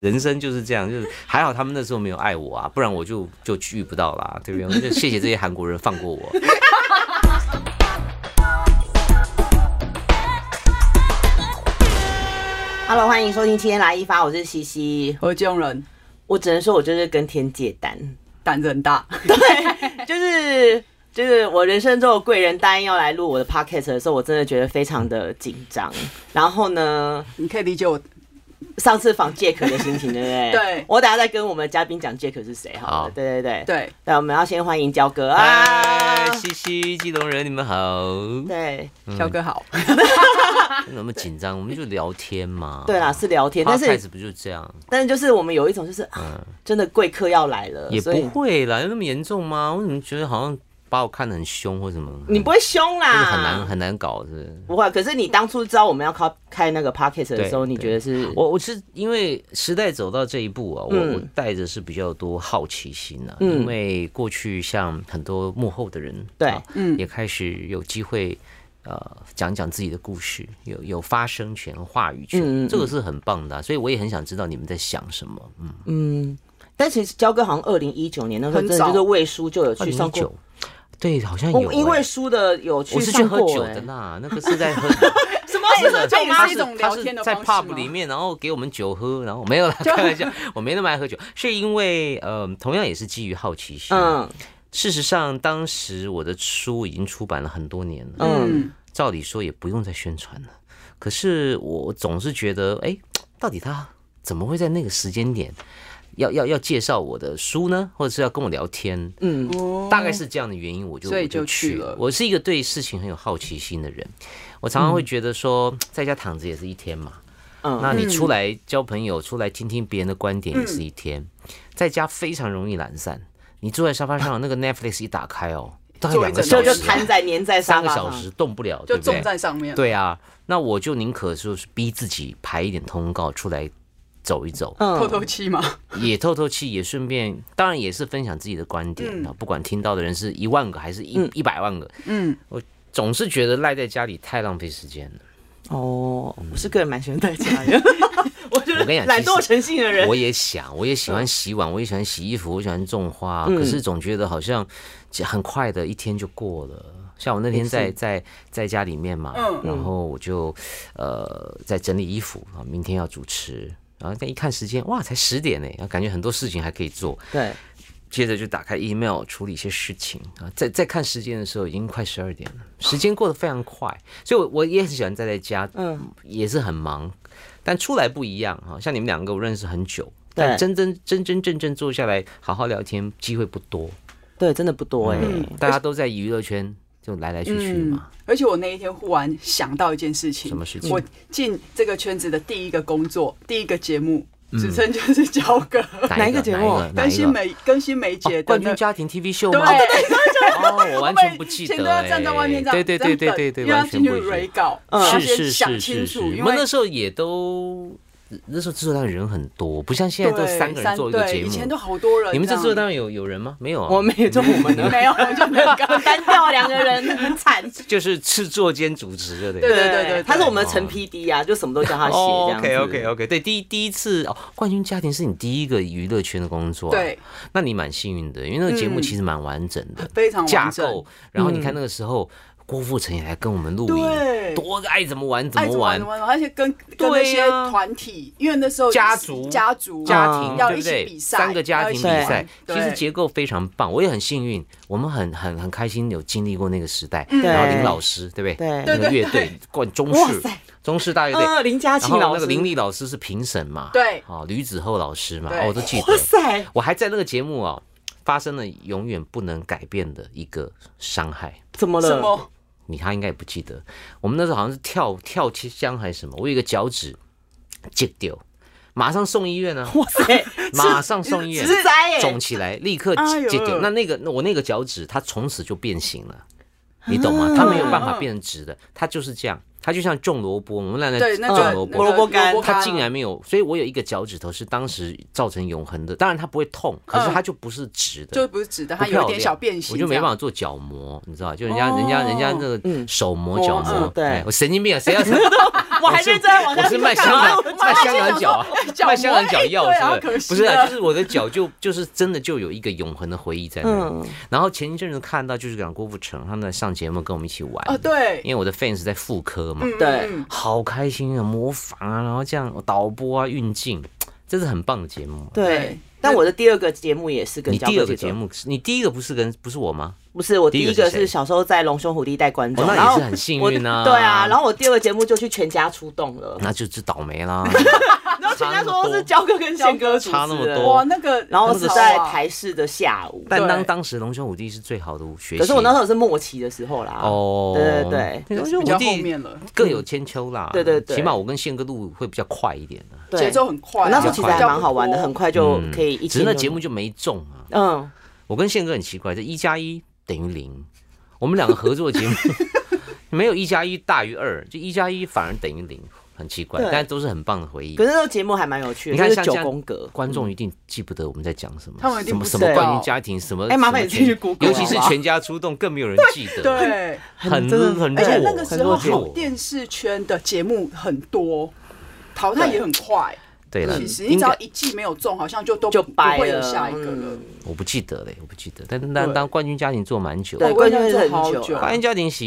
人生就是这样，就是还好他们那时候没有爱我啊，不然我就就遇不到啦，对不对？我就谢谢这些韩国人放过 我。 Hello，欢迎收听《七天来一发》，我是西西。我这种人我只能说，我就是跟天借单，胆子 很大，对，就是就是我人生中的贵人答应要来录我的 podcast 的时候，我真的觉得非常的紧张。然后呢，你可以理解我。上次访 Jack 的心情，对不对？对我等下再跟我们的嘉宾讲 Jack 是谁好好了。对对对对，对，我们要先欢迎焦哥啊嗨，。西西、基隆人，你们好。对嗯肖哥好，那么紧张，我们就聊天嘛。 对啦，是聊天，但开是始不就这样？但是就是我们有一种就是啊，真的贵客要来了，嗯也所以不会啦，有那么严重吗？我怎么觉得好像把我看得很凶或什么？你不会啊凶啦，就是很难很难搞，是不是？不会，可是你当初知道我们要开开那个 podcast 的时候，对你觉得是？我我是因为时代走到这一步啊，我、嗯我带着是比较多好奇心啊，嗯因为过去像很多幕后的人，对啊嗯也开始有机会。呃，讲讲自己的故事，有有发声权和话语权，嗯嗯嗯这个是很棒的啊、所以我也很想知道你们在想什么。嗯，但其实焦哥好像二零一九年那时候，很真早的就是为书就有去上2019过，，对，好像有、我欸，因为书的有去我是去上喝过酒欸的啦，那个是在 喝什么哎是喝酒吗他是这？是一种他聊是天的在方式 pub 吗里面，然后给我们酒喝，然后没有 啦，就开玩笑，我没那么爱喝酒，是因为呃，同样也是基于好奇心。嗯，事实上，当时我的书已经出版了很多年了，嗯，照理说也不用再宣传了。可是我总是觉得，哎，到底他怎么会在那个时间点要要要介绍我的书呢？或者是要跟我聊天？嗯，大概是这样的原因，我就所以我就去去了我是一个对事情很有好奇心的人，我常嗯常会觉得说，在家躺着也是一天嘛。嗯那你出来交朋嗯友，出来听听别人的观点也是一天，在家非常容易懒散。你坐在沙发 上，那个 Netflix 一打开哦，大概坐两一个整小就时就啊，瘫在粘在沙三个发小上，时动不了，就对不种对？在上面。对啊，那我就宁可就是逼自己排一点通告出来走一走，透嗯，透气嘛，也透透气，也顺便，当然也是分享自己的观点嗯啊，不管听到的人是一万个还是一一百万个，嗯，总是觉得赖在家里太浪费时间了。哦，我是个人蛮喜欢在家的，我 就我跟你讲是懒嗯哎其实惰成性的人我，也想，我也喜欢洗碗，我也喜欢洗衣服，我喜欢种花，可是总觉得好像很快的一天就过了。像我那天在在在家里面嘛，嗯然后我就呃在整理衣服啊，明天要主持，然后再一看时间，哇，才十点呢，然后感觉很多事情还可以做，对，接着就打开 email 处理一些事情啊，在在看时间的时候已经快十二点了，时间过得非常快，所以我我也很喜欢待在家，嗯，也是很忙，但出来不一样哈，像你们两个我认识很久，对但真真真真正正坐下来好好聊天机会不多，对，真的不多哎，大家都在娱乐圈就来来去去嘛，嗯而且我那一天忽然想到一件事情，什么事情我进这个圈子的第一个工作，第一个节目，职称就是焦哥，哪嗯哪一个节目嗯 哪一个跟新哪一个梅跟新梅姐哦的冠军那家庭 TV 秀吗？对，哦，哎我完全不记前得都要哎，站在外面这样，对对对对对对，因为要完全进不去记得嗯 re 稿，嗯要是先是想是清是是，我楚，因们为那时候也都那时候制作单位人很多，不像现在都对三个人做一个对节以前都目。好多人，你们这制作的单位有有人吗？没有啊，哦我没有，就我们的，没有，我就没有嗯搞。单调两个人很惨， 就是制作兼主持的，对不对对对对他是我们的陈 PD 啊，就什么都叫他写这哦样子，OK OK OK，对，第一第一次哦，冠军家庭是你第一个娱乐圈的工作、啊，对，那你蛮幸运的，因为那个节目嗯其实蛮完整的，非常完架整嗯构，然后你看那个时候。郭富城也来跟我们录影，对多爱怎么玩怎爱么怎么玩玩怎，么玩，而且跟对跟那些呀团体，因为那时候家是族家族家庭、嗯要对一不起对？比赛，三个家要一庭起比玩赛，对其实结构非常棒。我也很幸运，我们很很很开心有经历过那个时代。嗯然后林老师，对不对？对那对个对乐队冠中哇式塞中式大乐队，嗯，林嘉然庆后老那师，个林立老师是评审嘛？对哦，吕子厚老师嘛，对哦，我都记哇得。塞，我还在那个节目哦，发生了永远不能改变的一个伤害。怎么了？什么你他应该也不记得，我们那时候好像是跳跳箱还是什么，我有一个脚趾截掉，马上送医院啊，哇塞， 马上送医院，直栽耶！肿起来，立刻哎呦解掉。那那个那我那个脚趾，它从此就变形了，你懂吗？它没有办法变成直的，它就是这样，它就像种萝卜，我们那对那那种萝个那卜个萝卜干萝卜啊它竟然没有，所以我有一个脚趾头是当时造成永恒的，当然它不会痛，可是它就不是直的，就不是指的，不它漂有一亮点小变形，我就没办法做角膜，你知道吧，就人家、哦人家人家那个手膜嗯角膜，嗯对 哎我神经病啊，谁要我还认真往我下是听卖香啊干港，嘛卖香港脚啊，卖香港脚药对啊是不可是？惜不是啊，了就是我的脚就就是真的就有一个永恒的回忆在那嗯里。然后前一阵子看到就是讲郭富城他们在上节目跟我们一起玩啊，对，因为我的 fans 在妇科嘛，对嗯好开心啊，模仿啊，然后这样导播啊运镜，这是很棒的节目。对对。但我的第二个节目也是跟你交朋第友二个节目，你第一个不是跟不是我吗？不是我第第一个一是个谁是小时候在龙兄虎弟带观众，哦那也然后是很幸运啊我对啊，然后我第二个节目就去全家出动了，那就是倒霉 啦。然后全家差那么说多是焦哥跟宪哥主持差那么的多哦哇，那个然后是在好啊台视的下午，但当对当时龙兄虎弟是最好的学习，可是我那时候是末期的时候啦。哦，对对龙兄比较虎后弟面了，各嗯有千秋啦。对对对起码我跟宪哥录会比较快一点的，对，节奏很快啊，我那时候其实还比较蛮好玩的，活很快就可以嗯一起。只是那节目就没中啊。嗯，我跟宪哥很奇怪，这一加一等于零，我们两个合作的节 目没有一加一大于二，就一加一反而等于零，很奇怪对，但都是很棒的回忆可。是那个节目还蛮有趣的，你看就是像九这样宫格，观众一定记不得我们在讲什么，他们一定什么不什么知道关于家庭什么，哎麻烦什么你自己去全 Google 尤其是好不好全家出动更没有人记得，对，很真的很弱而且那个时候很好弱电视圈的节目很多，淘汰也很快。对了，其实你应只要该一季没有中，好像就都就不掰会有了下一个了嗯。我不记得嘞，我不记得，但但对当冠军家庭做蛮久的，啊对，哦冠军是很我也认识久好久冠军家庭是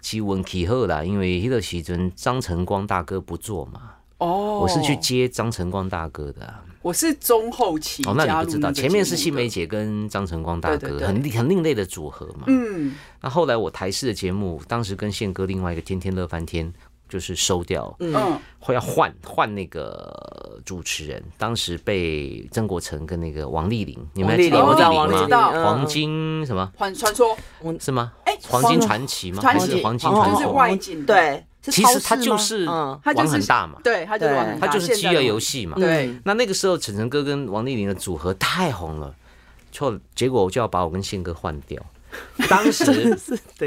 基文起后啦，因为迄个时阵张晨光大哥不做嘛，哦我是去，接张晨光大哥的啊、我是中后期哦，那加你入不知道，那个前面节是目新梅的，姐跟张晨光大对哥，对对很很另类的组合嘛。嗯，那后来我台式的节目，当时跟宪哥另外一个天天乐翻天就是收掉，嗯，会要换换那个主持人，当时被曾国成跟那个王丽玲，你们还丽记得玲，我知道王王丽丽玲玲，吗？嗯黄金什么传传说是吗？哎黄金传奇吗？传还奇是黄金哦传就是奇？外景的对，是其超实市它就吗是嗯，他就玩是嗯很大嘛，对，他就是对玩很它大就是饥饿游，戏嘛。现在的对，那那个时候，陈晨哥跟王丽玲的组合太红了，错，结果我就要把我跟宪哥换掉。当嗯 时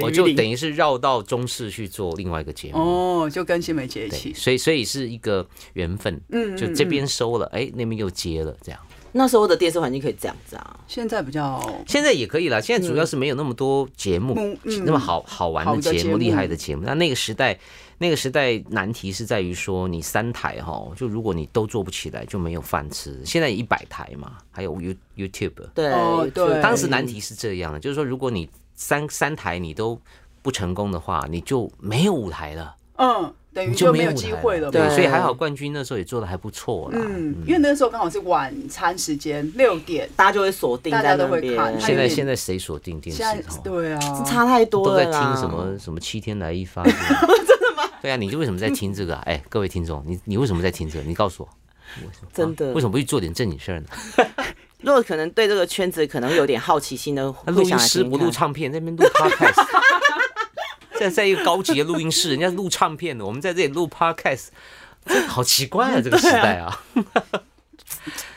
我就等于是绕到中视去做另外一个节目，哦，就跟新梅姐一嗯对，起，所以所以是一个缘分，嗯就嗯这嗯边收了，哎，那边又接了，这样。那时候的电视环境可以这样子啊，现在比较现在也可以了，现在主要是没有那么多节目，嗯嗯那么好好玩好的的节节目、目厉害的节目。那那个时代，那个时代难题是在于说，你三台哈，就如果你都做不起来，就没有饭吃。现在一百台嘛，还有 You YouTube，对哦对当时难题是这样的，就是说，如果你三三台你都不成功的话，你就没有舞台了，嗯，等于你就没有舞台机会了嘛，对，对所以还好冠军那时候也做的还不错啦。嗯，因为那个时候刚好是晚餐时间六点，大家就会锁定在大家那都会边，看现在还有现在谁锁定电视现在哦？对啊， 差太多都了在啦。听什么什么七天来一发，真的吗？对啊，你就为什么在听这个啊？哎，各位听众，你你为什么在听这个？你告诉我，啊真的为什么不去做点正经事儿呢？如果可能对这个圈子可能会有点好奇心的，那录会音想来师听不听录看。唱片，在那边录 podcast，在在一个高级的录音室，人家录唱片的，我们在这里录 podcast，这好奇怪啊，这个时代啊，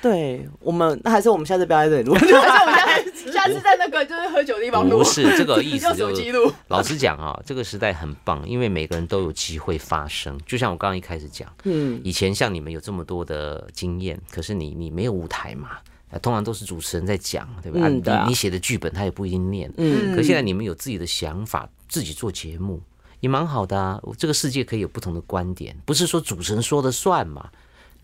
对我们，那还是我们下次不要在这里 录。但是我们下次下次在那个就是喝酒的地方录，不 是这 个意思用就手机是。录， 老实讲啊，这个时代很棒，因为每个人都有机会发声。就像我刚刚一开始讲，嗯，以前像你们有这么多的经验，可是你你没有舞台嘛，啊，通常都是主持人在讲，对吧？嗯你对啊你写的剧本他也不一定念，嗯可现在你们有自己的想法，自己做节目也蛮好的啊。这个世界可以有不同的观点，不是说主持人说的算嘛。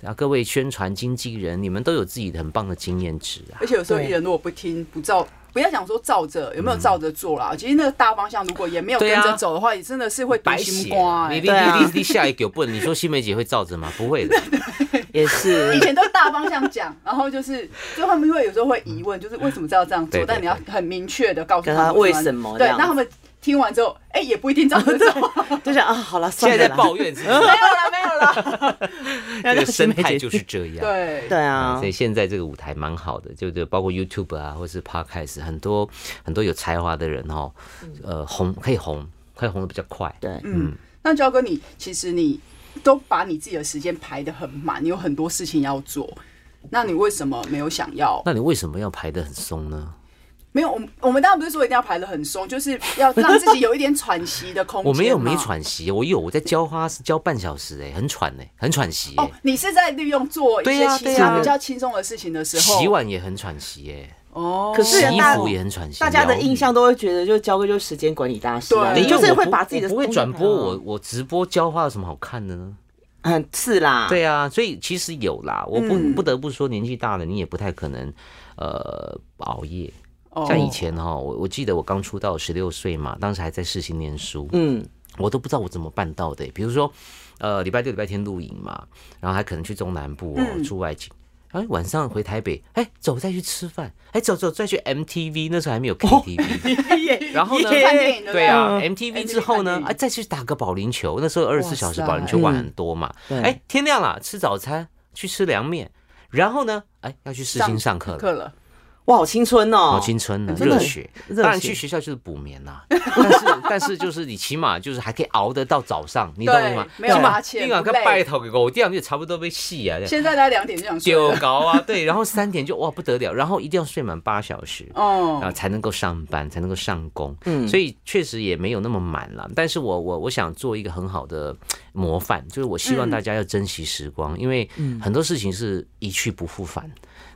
啊，各位宣传经纪人，你们都有自己的很棒的经验值啊而。且有时候对艺人如果不听不照，不要讲说照着有没有照着做啦，其实那个大方向如果也没有跟对啊着走的话，也真的是会白丢心写瓜啊，你哎、你对啊你你你下一个不？你说新梅姐会照着 吗？不会的，也是以。前都大方向讲，然后就是，就他们会有时候会疑问，就是为什么知道这样做对对，但你要很明确的告诉跟他们为什么这对，样那他们听完之后，哎，也不一定照着走， 就想啊，好了，算现了在在啦抱怨 自己，没有了，没有了，这个生态就是这样。对对啊，啊所，以现在这个舞台蛮好的，就就包括 YouTube 啊，或是 Podcast，很多很多有才华的人哦，嗯呃，红可以红，可以红的比较快。对，嗯，那焦哥你，其实你都把你自己的时间排得很满，你有很多事情要做，那你为什么没有想要？那你为什么要排得很松呢？没有，我们我们当然不是说一定要排得很松，就是要让自己有一点喘息的空间嘛。我没有没喘息，我有我在浇花是浇半小时哎、很喘哎、很喘息哎、哦哦，你是在利用做一对些呀其对他呀比较轻松的事情的时候，洗碗也很喘息哎、哦，可是洗衣大服也很喘息。大家的印象都都会觉得，就焦哥就是时间管理大师啊，对你就是会把自己的嗯不会东西转播拿我我直播教花有什么好看的呢？嗯是啦，对啊，所以其实有啦，我不嗯不得不说，年纪大了，你也不太可能呃熬夜。哦像以 前哈，我我记得我刚出道十六岁嘛，当时还在世新念书，嗯，我都不知道我怎么办到的欸、比如说，呃，礼拜六、礼拜天露营嘛，然后还可能去中南部哦，嗯住外景。哎，晚上回台北，哎，走再去吃饭，哎，走走再去 MTV，那时候还没哦有 KTV，、然 后呢去看电影对啊对，MTV 之后呢，哎，再去打个保龄球，那时候二十四小时哇塞保龄球馆很多嘛，嗯对哎，天亮了吃早餐，去吃凉面，然后呢，哎，要去试新上课了，课了，哇，好青春哦，好青春呢，真的热很血。热血当然去学校就是补眠啦， 但是但是就是你起码就是还可以熬得到早上，你懂我意思吗？没有起码花钱，你晚不跟累拜头狗掉就差不多被戏啊， 现在大家两点就想睡丢了，高啊，对，然后三点就哇不得了，然后一定要睡满八小时。啊，哦，才能够上班，才能够上工，嗯所以确实也没有那么满了。但是我我我想做一个很好的模范，就是我希望大家要珍惜时光，因为很多事情是一去不复返。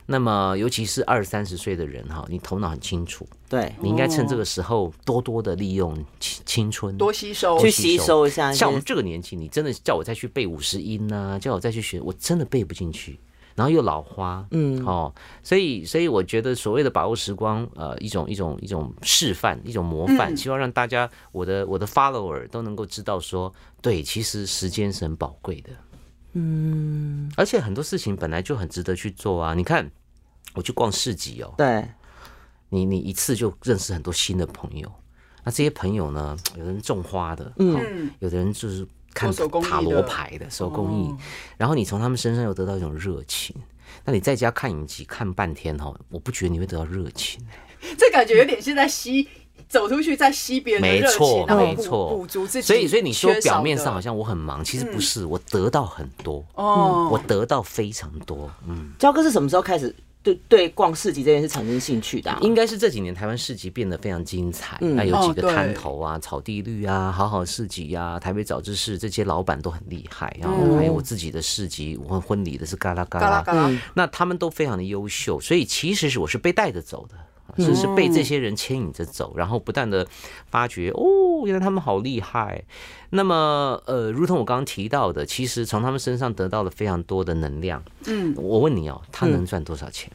那么尤其是二三十岁的人哈，你头脑很清楚，对，你应该趁这个时候多多的利用青青春，多吸收，去吸吸收收一下，像我们这个年纪，你真的叫我再去背五十音呐、叫我再去学，我真的背不进去。然后又老花，嗯，哦，所以所以我觉得所谓的把握时光，呃，一种一种一种示范，一种模范，希望让大家我的我的 follower 都能够知道说，对，其实时间是很宝贵的，嗯，而且很多事情本来就很值得去做啊。你看，我去逛市集哦，对，你你一次就认识很多新的朋友。那这些朋友呢，有的人种花的，嗯，有的人就是看做手工艺的哦塔罗牌的手工艺，然后你从他们身上又得到一种热情。那你在家看影集看半天哈，我不觉得你会得到热情。这感觉有点是在吸。走出去再吸别人的没热情错，，然后没补错，补足自己缺少的。嗯所以，所以你说表面上好像我很忙，其实不是，我得到很多，哦，嗯啊我得到非常多。嗯，焦哥是什么时候开始对对逛市集这件事产生兴趣的啊？应该是这几年台湾市集变得非常精彩，嗯那有几哦个对摊头啊、草地绿啊、好好市集啊、台北早知市这些老板都很厉害，然后还有我自己的市集，我婚礼的是嘎啦嘎嗯嘎啦嘎啦，啦，那他们都非常的优秀，所以其实是我是被带着走的。是是被这些人牵引着走，然后不断的发觉哦，原来他们好厉害。那么呃，如同我刚刚提到的，其实从他们身上得到了非常多的能量。嗯，我问你哦，他能赚多少钱？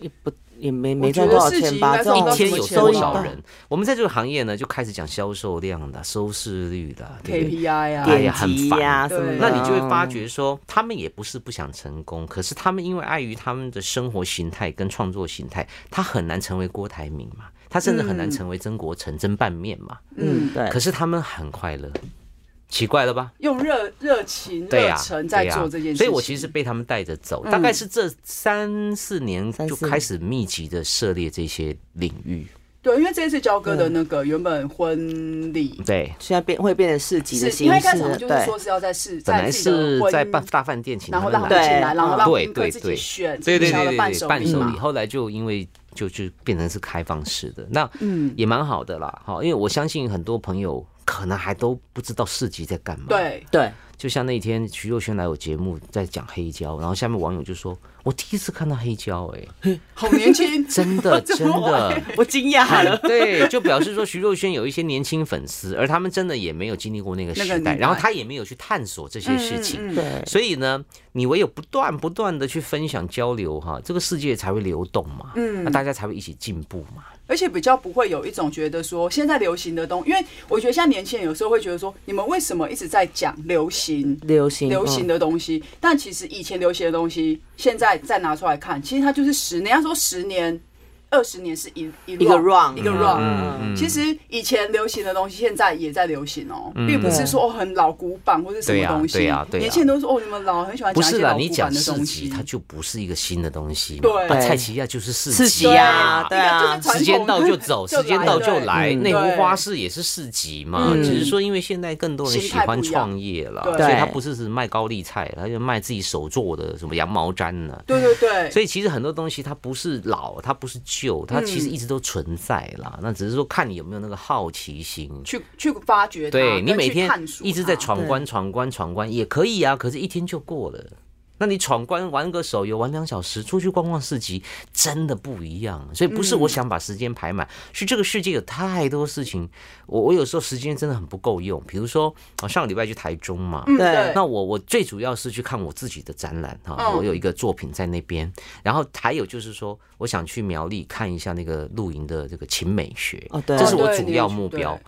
也不也没我没觉赚得多少市集钱吧，应该这种赚一到天有什么钱哦多吧少人？我们在这个行业呢，就开始讲销售量的、收视率的，对不对？ KPI 啊，哎呀点很击烦啊呀对什么的，那你就会嗯发觉说，他们也不是不想成功，可是他们因为碍于他们的生活形态跟创作形态，他很难成为郭台铭嘛，他甚至很难成为曾国成、曾拌面嘛。嗯，对可，是他们很快乐，奇怪了吧？用热热情、对热呀、忱在对呀做这件事情。嗯所以我其实被他们带着走，大概是这三四年三就四开始密集的涉猎这些领域。对，因为这一次焦哥嗯的那个原本婚礼对，现在变会变成市集的是形因为一开始我式，们就是对说，是要在试，本来自己的是婚在办大饭店请他然后们让他来们进来，对然后让对宾客对自己对选对对经对销的对，伴手伴礼手嘛礼。。后来就因为就就变成是开放式的，那嗯也蛮好的啦。好，因为我相信很多朋友可能还都不知道市集在干嘛。，对，对，就像那天徐若瑄来我节目在讲黑胶，然后下面网友就说：“我第一次看到黑胶， 哎，好年 轻，真的真的。”我惊讶了， 对，就表示说徐若瑄有一些年轻粉丝，而他们真的也没有经历过那个那个时代，年然后代他也没有去探索这些事情，嗯嗯嗯对，所以呢，你唯有不断不断的去分享交流哈，这个世界才会流动嘛，嗯，那大家才会一起进步嘛。而且比较不会有一种觉得说现在流行的东，因为我觉得现在年轻人有时候会觉得说，你们为什么一直在讲流行？流嗯行流行的，的东西，但其实以前流行的东西，现在再拿出来看，其实它就是十年。要说十年、二十年是一一一个 run 一个嗯 run。嗯嗯其实以前流行的东西，现在也在流行哦，并不是说哦很老古板或是什嗯对么呀东西。对啊呀对呀年轻人都说哦，你们老很喜欢嗯不讲一是些啦，老你古讲板的市东集，西。它就不是一个新的东西嘛。对那蔡奇亚就是市市集集啊呀，对啊就是，传 统时间到就走， 就来时间到就来。对内湖 对花市也是市集嘛，嗯只是说因为现在更多人喜欢创业了，形态不一样所对以他不是只卖高丽菜，他就卖自己手做的什么羊毛毡呢、对对对，嗯所以其实很多东西它不是老，它不是旧，它其实一直都存在啦。那只是说看你有没有那个好奇心。去去发掘它，对跟你每去天探索一直在它闯关、闯关、闯关也可以啊，可是一天就过了。那你闯关玩个手游玩两小时，出去逛逛市集，真的不一样。所以不嗯是我想把时间排满，是这个世界有太多事情，我我有时候时间真的很不够用。比如说，我上个礼拜去台中嘛，嗯对对，那我我最主要是去看我自己的展览哈、嗯我有一个作品在那边，然后还有就是说，我想去苗栗看一下那个露营的这个秦美学，哦对这是我哦对主你要有去目标对。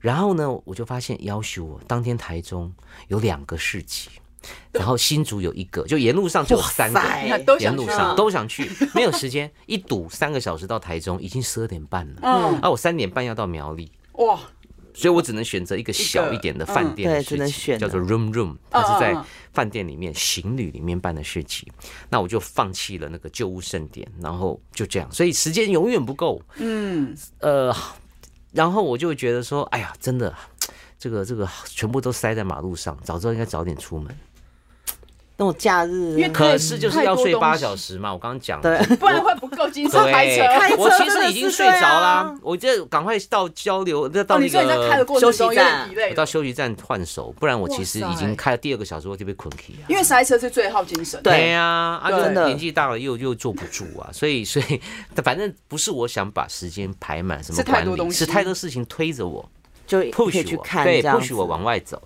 然后呢，我就发现要求我当天台中有两个市集，然后新竹有一个，就沿路嗯上就有三个哇，塞你看都沿想路去上啊，都想去，没有时间，一堵三个小时到台中已经十二点半了，嗯啊，我三点半要到苗栗，哇，所以我只能选择一个小一点的饭店的嗯对事只能情，选叫做 Room Room，嗯它是在饭店里面行旅里面办的事情。那我就放弃了那个旧屋盛典，然后就这样，所以时间永远不够。嗯，呃，然后我就觉得说，哎呀，真的，这个这个全部都塞在马路上，早知道应该早点出门。那种假日啊因为可是就是要睡太多东西八小时嘛，我刚刚讲对了。不然会不够精神对，开车。开我车其真实的已经是睡着对啦、啊我就赶快到交流，那到哦，那你说个、你在开的过程中休息站有点我 delay 到了休息站换手，不然我其实已哇经塞开了第二个小时，我就被困起啊。因为塞车是最耗精神的。对呀、啊，对就真的年纪大了又又坐不住啊，所以 所以反正不是我想把时间排满什么是太管多理，东西是太多事情推着我就可以去，push 我，看，对这样，push 我子往外走。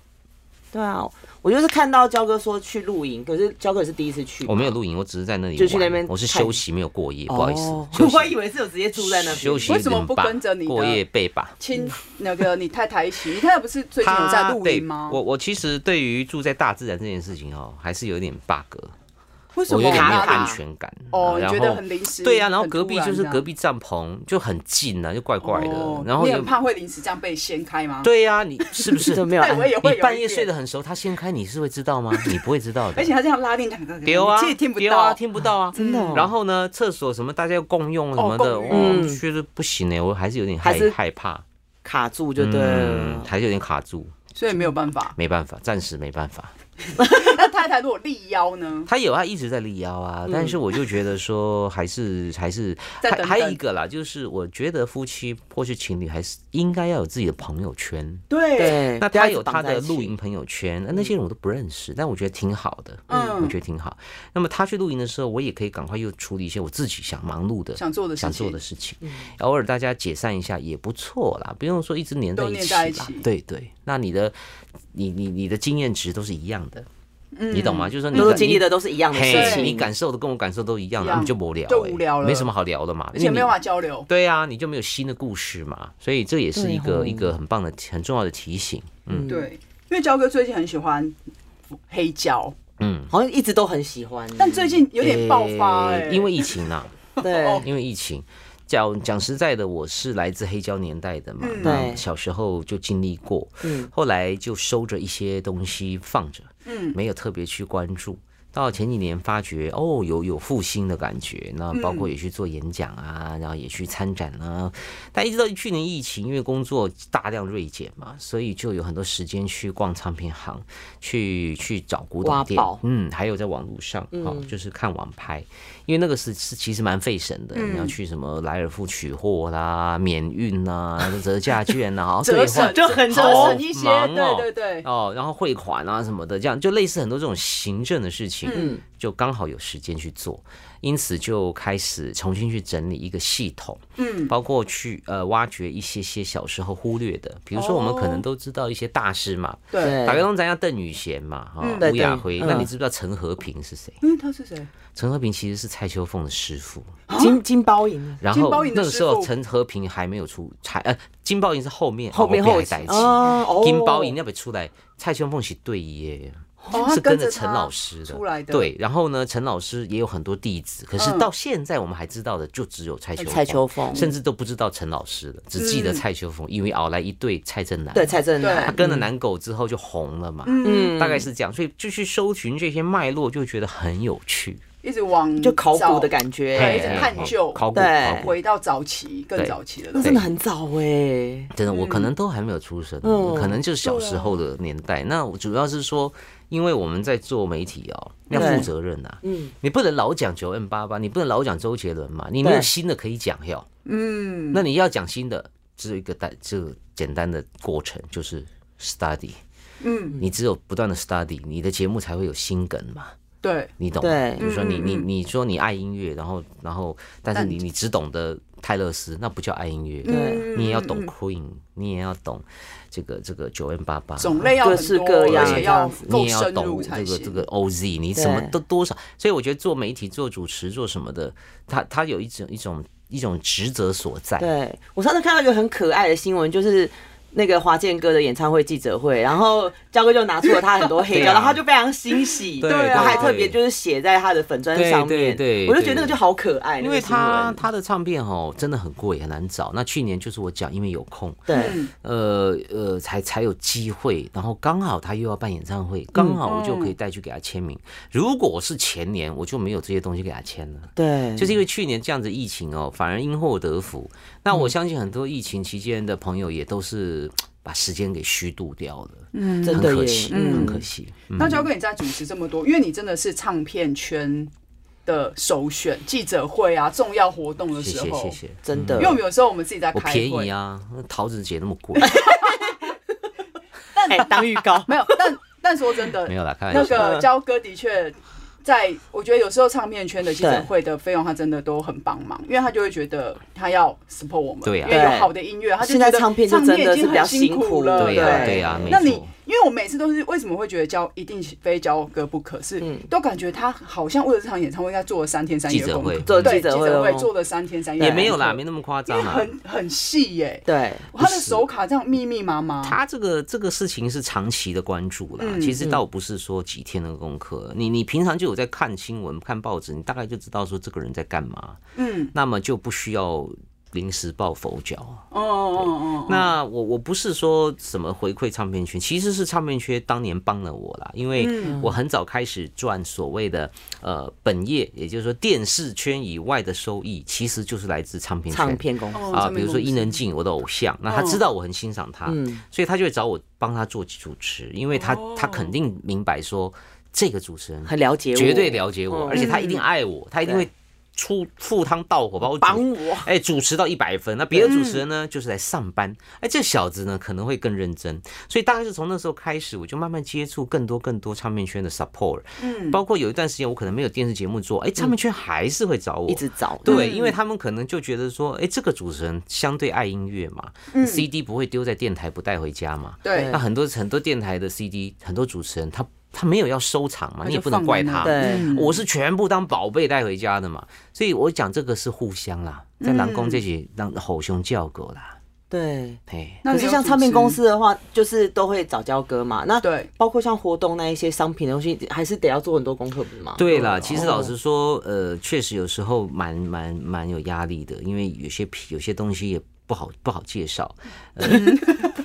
对啊，我就是看到焦哥说去露营，可是焦哥也是第一次去嘛，我没有露营，我只是在那哦里就去玩那边我是看休息没有过夜，不好意思哦，休息 我以为是有直接住在那边，休息为什么不淋巴跟着你的过夜背吧？亲那个你太太一起，你太太不是最近有在露对营吗？我我其实对于住在大自然这件事情哦，还是有点 bug，为什我么有点没有卡卡安全感。啊哦，你然觉后得很临时？对啊呀、然后很隔壁突然就是这样隔壁帐篷就很近啊，就怪怪的。哦然后你又很怕会临时这样被掀开吗？，对呀、 你是 不是就没有哎安我也会有你一半夜点睡得很熟，他掀开你是会知道吗？你不会知道的。而且他这样拉链，两个丢啊，其实听不丢啊，到。听不到 啊。真的哦，然后呢，厕所什么大家要共用什么的，哦共哇，用嗯觉得不行哎，我还是有点还害是害怕，卡住就对嗯，了。还是有点卡住，所以没有办法。没办法，暂时没办法。那太太如果力腰 呢？他有啊，一直在力邀啊，但是我就觉得说，还是还是嗯再还等等还有一个啦，就是我觉得夫妻或是情侣还是应该要有自己的朋友圈。对，对，那不要他一直有他绑在的一起露营，朋友圈，那那些人我都不认识，但我觉得挺好的，嗯我觉得挺好。那么他去露营的时候，我也可以赶快又处理一些我自己想忙碌的、想做的事想情做的事情，偶尔大家解散一下也不错啦，不用说一直黏在都一黏起在一啦起。对对，那你的你你你的经验值都是一样的，你懂吗？就是说你嗯都是你经历的都是一样的事嘿，情，你感受的跟我感受都一样，一那样你就无聊、欸，就无聊了没什么好聊的嘛，而且没因为有办你法交流。对啊，你就没有新的故事嘛，所以这也是一个、对哦一个很棒的、很重要的提醒。嗯对，因为焦哥最近很喜欢黑胶，嗯，好像一直都很喜欢，但最近有点爆发哎、欸因为疫情啊， 对因为疫情。讲讲实在的，我是来自黑胶年代的嘛，嗯那对小时候就经历过，嗯后来就收着一些东西放着，嗯没有特别去关注。到前几年发觉哦，有有复兴的感觉，那嗯包括也去做演讲啊，然后也去参展啊，但一直到去年疫情，因为工作大量锐减嘛，所以就有很多时间去逛唱片行，去去找古挖董店宝，嗯嗯，还有在网络上，哦，就是看网拍，因为那个是是其实蛮费神的，你要去什么莱尔富取货啦、免运啦、折价券啦，然后折兑损换就很折多损一些，好忙哦对对对，哦，然后汇款啊什么的，这样就类似很多这种行政的事情，就刚好有时间去做，因此就开始重新去整理一个系统，嗯，包括去呃挖掘一些些小时候忽略的，比如说我们可能都知道一些大师嘛，对，打个东咱要邓宇贤嘛，哈、嗯吴对雅对辉，嗯那你知不知道陈和平是谁？嗯，他是谁？陈和平其实是蔡秋凤的师傅，金金包银然金后包银的那个师时候傅陈和平还没有出蔡呃金包银是后面后面后后代期起。哦金包银要不出来，蔡秋凤是对耶，哦，他是跟着着陈他老师的出来的，，对，然后呢，陈老师也有很多弟子，可是嗯到现在我们还知道的就只有蔡秋蔡凤秋凤，甚至都不知道陈老师了，只记得嗯蔡秋凤，因为熬来一对蔡正南，对蔡正对他南，跟了南狗之后就红了嘛，嗯大概是这样，所以就去搜寻这些脉络，就觉得很有趣，一直往就考古的觉，感觉，对嘿一直嘿探嘿究考古，对考古回到早期更对早期的那东西，真的很早哎，真的，嗯我可能都还没有出生，嗯可能就是小时候的年代。那我主要是说，因为我们在做媒体哦，要对负责任呐、啊。嗯，你不能老讲九 N 八八，你不能老讲周杰伦嘛，你没有对新的可以讲哟。嗯，那你要讲新的，只有一个单，只有简单的过程，就是 study。嗯，你只有不断的 study，你的节目才会有新梗嘛。对，你懂吗？对比如说你嗯嗯你嗯你说你爱音乐，然后然后，但是但你你只懂得泰勒斯，那不叫爱音乐。嗯你也要懂嗯 Queen，你也要懂这个这个九 N 八八，种类要各很式多各样而且这要样子你够也要深懂入这才个行。这个 OZ，你什么对都多少，所以我觉得做媒体、做主持、做什么的，他他有一种一种一种职责所在。对我上次看到一个很可爱的新闻，就是。那个华健哥的演唱会记者会，然后焦哥就拿出了他很多黑对胶，啊然后他就非常欣喜，对然后对啊还特对别就是写在他的粉砖对上对面，对我就觉得那个对就好可爱，因那为个新他闻他的唱片哦，真的很贵，很难找。那去年就是我讲，因为有空，对嗯呃呃，才才有机会。然后刚好他又要办演唱会，刚好我嗯就可以带去给他签名。如果是前年，我就没有这些东西给他签了。对，就是因为嗯去年这样子疫情哦，反而因祸得福。那嗯我相信很多疫情期间的朋友也都是把时间给虚度掉了，嗯真很的可耶惜，嗯很可惜。那焦哥，你在主持这么多，因为你真的是唱片圈的首选，记者会啊，重要活动的谢时谢候，谢谢，真的因为我们有时候我们自己在我开便宜会，啊，那桃子姐那么 贵，哎当预告没有，但 但说真的没，有啦，开那玩笑。嗯个焦哥的确。在我觉得有时候唱片圈的记者对会的费用，他真的都很帮忙，因为他就会觉得他要 support 我们，对啊因为有对好的音乐，他就现在觉得唱片就真的是已经比较很辛苦苦了，对呀、啊对呀、没那错。你因为我每次都是为什么会觉得焦一定非焦哥不可，是、嗯都感觉他好像为了这场演唱会，应该做了三天三夜的功记课，者会做对记记者会者会哦做了三天三夜的也功课，没有啦，没那么夸因张为啦。很很细耶、对，他的手卡这样密密麻麻，他这个这个事情是长期的关注啦，嗯其实倒不是说几天的功课。你你平常就有在看新闻、看报纸，你大概就知道说这个人在干嘛，嗯，那么就不需要临时抱佛脚啊。哦哦哦，哦那我我不是说什么回馈唱片圈，其实是唱片圈当年帮了我啦，因为嗯我很早开始赚所谓的呃本业，也就是说电视圈以外的收益，其实就是来自唱片圈。唱片公司哦啊，上面比如说公司伊能静，我的偶像，那他知道我很欣赏他，嗯哦所以他就会找我帮他做主持，因为他、他肯定明白说这个主持人很了解我，绝对了解我，嗯而且他一定爱我，他一定会出赴汤蹈火把我主帮我，哎，主持到一百分，那别的主持人嗯呢，就是来上班。哎，这小子呢可能会更认真，所以大概是从那时候开始，我就慢慢接触更多更多唱片圈的 support。嗯，包括有一段时间我可能没有电视节目做，哎，唱片嗯圈还是会找我，一直找，对，因为他们可能就觉得说，哎、这个主持人相对爱音乐嘛、c d 不会丢在电台不带回家嘛。嗯对那很多很多电台的 CD，很多主持人他他没有要收藏嘛，他啊你就也不能放怪在那他。对嗯我是全部当宝贝带回家的嘛，所以我讲这个是互相啦，在南宫这些让吼熊叫狗啦，对。嘿，那可你是有像主唱片公持司的话，就是都会找交歌嘛，那对包括像活动那一些商品的东西，还是得要做很多功课，不是吗？对哦啦，其实老实说，呃，确实有时候蛮蛮蛮有压力的，因为有些皮有些东西也不好不好介绍，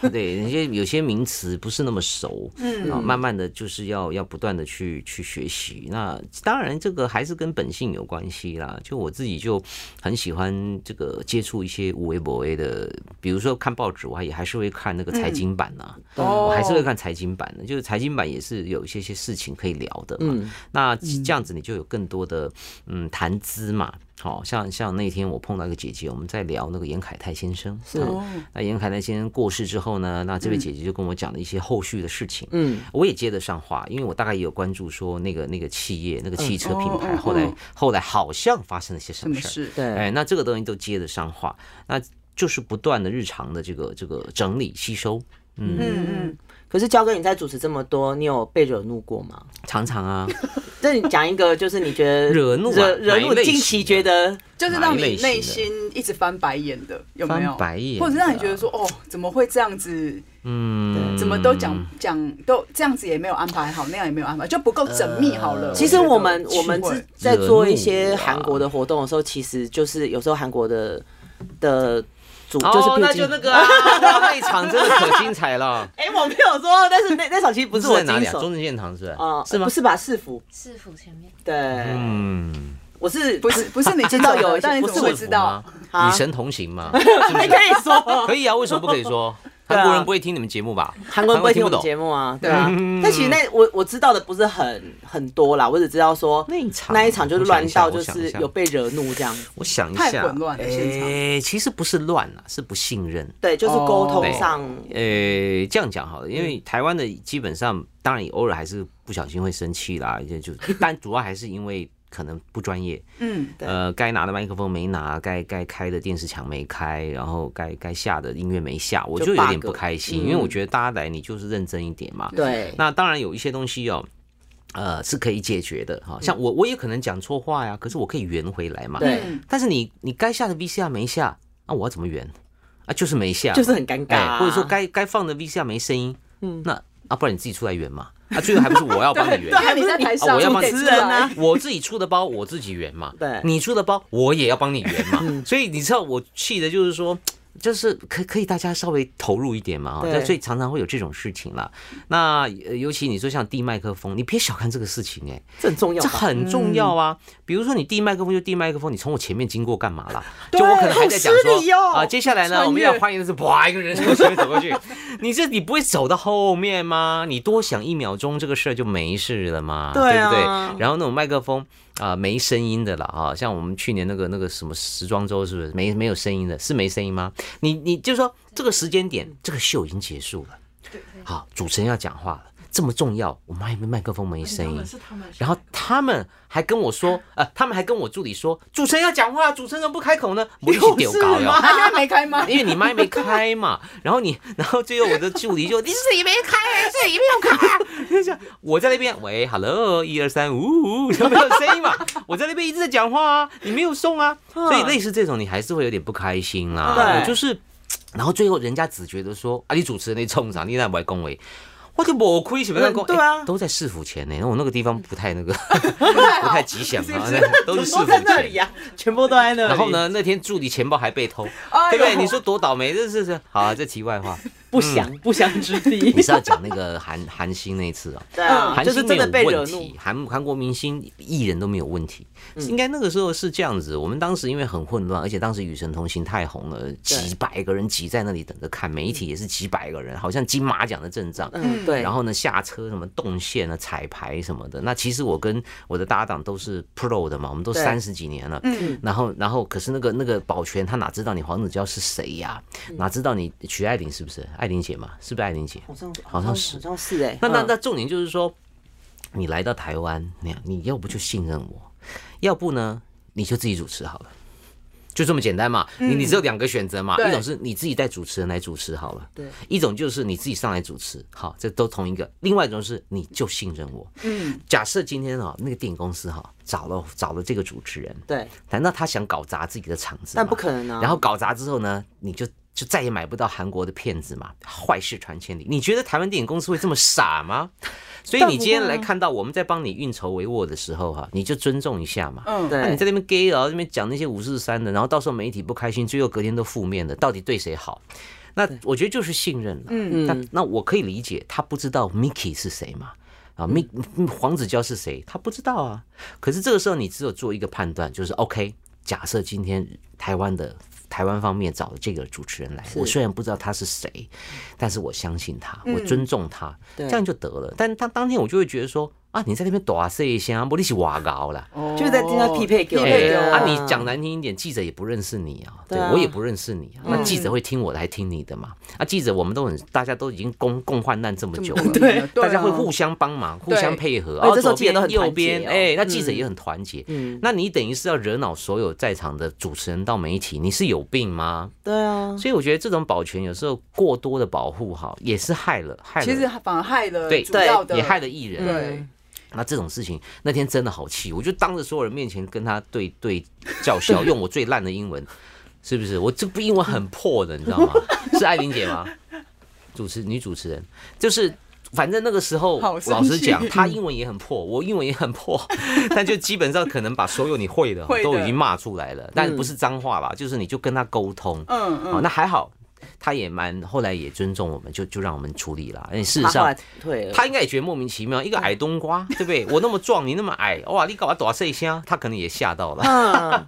呃对，有些有些名词不是那么熟，嗯，慢慢的就是要要不断的去去学习。那当然这个还是跟本性有关系啦，就我自己就很喜欢这个接触一些无微不微的，比如说看报纸，我还也还是会看嗯那个财经版啊，哦我还是会看财经版的，就是财经版也是有一些些事情可以聊的嘛。嗯那这样子你就有更多的嗯谈资嘛。好、像像那天我碰到一个姐姐，我们在聊那个严凯泰先生。是哦那严凯泰先生过世之后呢，那这嗯位姐姐就跟我讲了一些后续的事情。嗯，我也接得上话，因为我大概也有关注说那个那个企业那个汽车品嗯哦牌，哦后来哦后来好像发生了些什什么么事儿。事？对，哎，那这个东西都接得上话，那就是不断的日常的这个这个整理吸收。嗯嗯，可是焦哥，你在主持这么多，你有被惹怒过吗？常常啊，那你讲一个，就是你觉得惹怒啊惹惹哪怒一类近型的期觉得就是哪让一类你型的内心一直翻白眼的，有没有？翻白眼的啊或者让你觉得说，哦，怎么会这样子？嗯，怎么都讲讲都这样子也没有安排好，那样也没有安排，就不够缜密呃好了。其实觉得我们趣味我们是在做一些惹怒啊韩国的活动的时候，其实就是有时候韩国的的组哦，就是那毕就竟那个啊，哇 那一场真的可精彩了。 哎，我没有说，但是那那场其实不不 是我在哪经里啊？手中正纪念堂是不是？啊，是吗不？是吧？市府市府前面，对，嗯，我是不是不是你知知道 道有有，一些但你不怎是么会我知道？吗？啊 与神同行嘛，还可以说可以啊，为什么不可以说？ 对啊韩国人不会听你们节目吧？韩国人不会听我不们懂节目啊，对啊。但其嗯实那我我知道的不是很很多啦，我只知道说那一场那一场就是乱到，就我想一是下有被惹怒这样子。我想一下，太混乱了现场诶其实不是乱啊，是不信任。对，就是沟通哦上，呃，这样讲好了，因嗯为台湾的基本上，当然偶尔还是不小心会生气啦，就就，但主要还是因为可能不专业，嗯，对呃，该拿的麦克风没拿，该该开的电视墙没开，然后该该下的音乐没下，我就就有点 bug 不开心，嗯因为我觉得大家来你就是认真一点嘛，对，那当然有一些东西哦，呃，是可以解决的哈。像我，我也可能讲错话呀，可是我可以圆回来嘛。嗯对嗯但是你，你该下的 VCR 没下，啊，我要怎么圆？啊，就是没下嘛，就是很尴尬哎啊，或者说该该放的 VCR 没声音，嗯，那啊，不然你自己出来圆嘛。啊，最后还不是我要帮 你圆。因为你在台啊哦上，我要你帮得你出吃人来 啊。 我自己出的包，我自己圆嘛。对你出的包，我也要帮你圆嘛。 所以你知道我气的就是说，就是可可以大家稍微投入一点嘛啊。对那所以常常会有这种事情啦。那呃尤其你说像递麦克风，你别小看这个事情哎、这很重要这吧。嗯很重要啊。比如说你递麦克风就递麦克风，你从我前面经过干嘛啦？就我可能还在讲好失礼说哦啊，接下来呢，穿越我们要欢迎的是哇，一个人从我前面走过 去，你这你不会走到后面吗？你多想一秒钟，这个事儿就没事了嘛，对啊不对？然后那种麦克风啊、没声音的了啊，像我们去年那个那个什么时装周是不是没没有声音的？是没声音吗？你你就说这个时间点，这个秀已经结束了，好，主持人要讲话了。这么重要，我麦麦克风没声音，然后他们还跟我说，呃，他们还跟我助理说，主持人要讲话，主持人怎么不开 口呢？我一起丢高有事呀吗。啊，因为没开麦，因为你麦没开嘛， 然后你，然后最后我的助理就 你自己没开，自己没有开，就 这样我在那边喂，hello，一二三，呜呜，有没有声音嘛？ 我在那边一直在讲话啊，你没有送啊，所以类似这种你还是会有点不开心啦、对就是，然后最后人家只觉得说啊，你主持人你冲啥，你那不爱恭维。我就抹亏什么样讲？对啊哎都在市府前呢、我那个地方不太那 个，不太吉祥啊，都 是市府都在那前里。呀，全部都在那 里。啊然后？ 呢，那天助理钱包还被偷，哎对呦不对？你说多倒霉，这是是 好、啊，这题外话。不嗯祥不祥之你 地。是要讲那个韩韩星那一次 啊？对啊，韩就是星没真的被有惹问怒嗯题，。韩韩国明星艺人都没有问题，应该那个时候是这样子。我们当时因为很混乱，而且当时《与神同行》太红了，几百个人挤在那里等着看，媒体也是几百个人，好像金马奖的阵仗。嗯，对。然后呢，下车什么动线啊、彩排什么的。那其实我跟我的搭档都是 pro 的嘛，我们都对三十几年了。嗯然后，然后，可是那个那个保全他哪知道你黄子佼是谁呀、嗯哪知道你徐爱玲是不是？爱玲姐嘛，是不是爱玲姐？好像好像是好像是哎。那那嗯那重点就是说，你来到台湾，你你要不就信任我，要不呢你就自己主持好了，就这么简单嘛。嗯你你只有两个选择嘛，对一种是你自己带主持人来主持好了，对；一种就是你自己上来主持，好，这都同一个。另外一种是你就信任我。嗯，假设今天啊，那个电影公司哈找了找了这个主持人，对，难道他想搞砸自己的场子？但不。可能啊。然后搞砸之后呢，你就就再也买不到韩国的片子嘛，坏事传千里。你觉得台湾电影公司会这么傻吗？所以你今天来看到我们在帮你运筹帷幄的时候哈、你就尊重一下嘛。嗯，那你对在那边 gay 啊，那边讲那些五四三的，然后到时候媒体不开心，最后隔天都负面的，到底对谁好？那我觉得就是信任了。嗯那那我可以理解，他不知道 Mickey 是谁嘛？啊，Mi 黄子佼是谁？他不知道啊。可是这个时候，你只有做一个判断，就是 OK。假设今天台湾的台湾方面找了这个主持人来，我虽然不知道他是谁，但是我相信他，我尊重他，对这样就得了。但他当天我就会觉得说啊，你在那边打碎一下，不，你是瓦高啦。就是在听他匹配给我匹配哦对给我啊，你讲难听一点，记者也不认识你啊，对对啊嗯我也不认识你啊。那记者会听我的，还听你的嘛？啊，记者我们都很，大家都已经共共患难这么 久了，对 大家会啊互相帮忙、互相配合。而且哦哎这时候左记者都边很右团结边，哦哎，那记者也很团结。嗯那你等于是要惹恼所有在场的主持人到媒体，你是有病吗？对啊，所以我觉得这种保全有时候过多的保护哈，也是害了害其实了，反而害了对主要的，也害了艺人。对，嗯那这种事情，那天真的好气，我就当着所有人面前跟他对对叫 嚣，用我最烂的英文，是不是？我这不英文很破的，你知道吗？是艾琳姐吗？主持女主持人，就是反正那个时候好，生老实气讲， 她英文也很破，我英文也很破， 但就基本上可能把所有你会的会的都已经骂出来了，但不是脏话啦，就是你就跟他沟通。嗯哦，嗯，那还好，他也蛮后来也尊重我们，就就让我们处理了。哎，事实他后上来，退了，他应该也觉得莫名其妙，一嗯个矮冬瓜，对不 对？我那么壮，你那么矮，哇，你搞我多一下，他可能也吓到 了。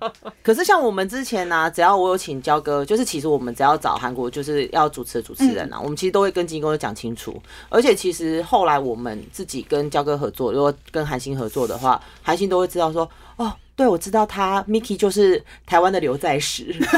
嗯，可是像我们之前呢、只要我有请焦哥，就是其实我们只要找韩国就是要主持的主持人啊，我们其实都会跟经纪公司讲清楚。而且其实后来我们自己跟焦哥合作，如果跟韩星合作的话，韩星都会知道说，哦，对我知道他 Miki 就是台湾的刘在石，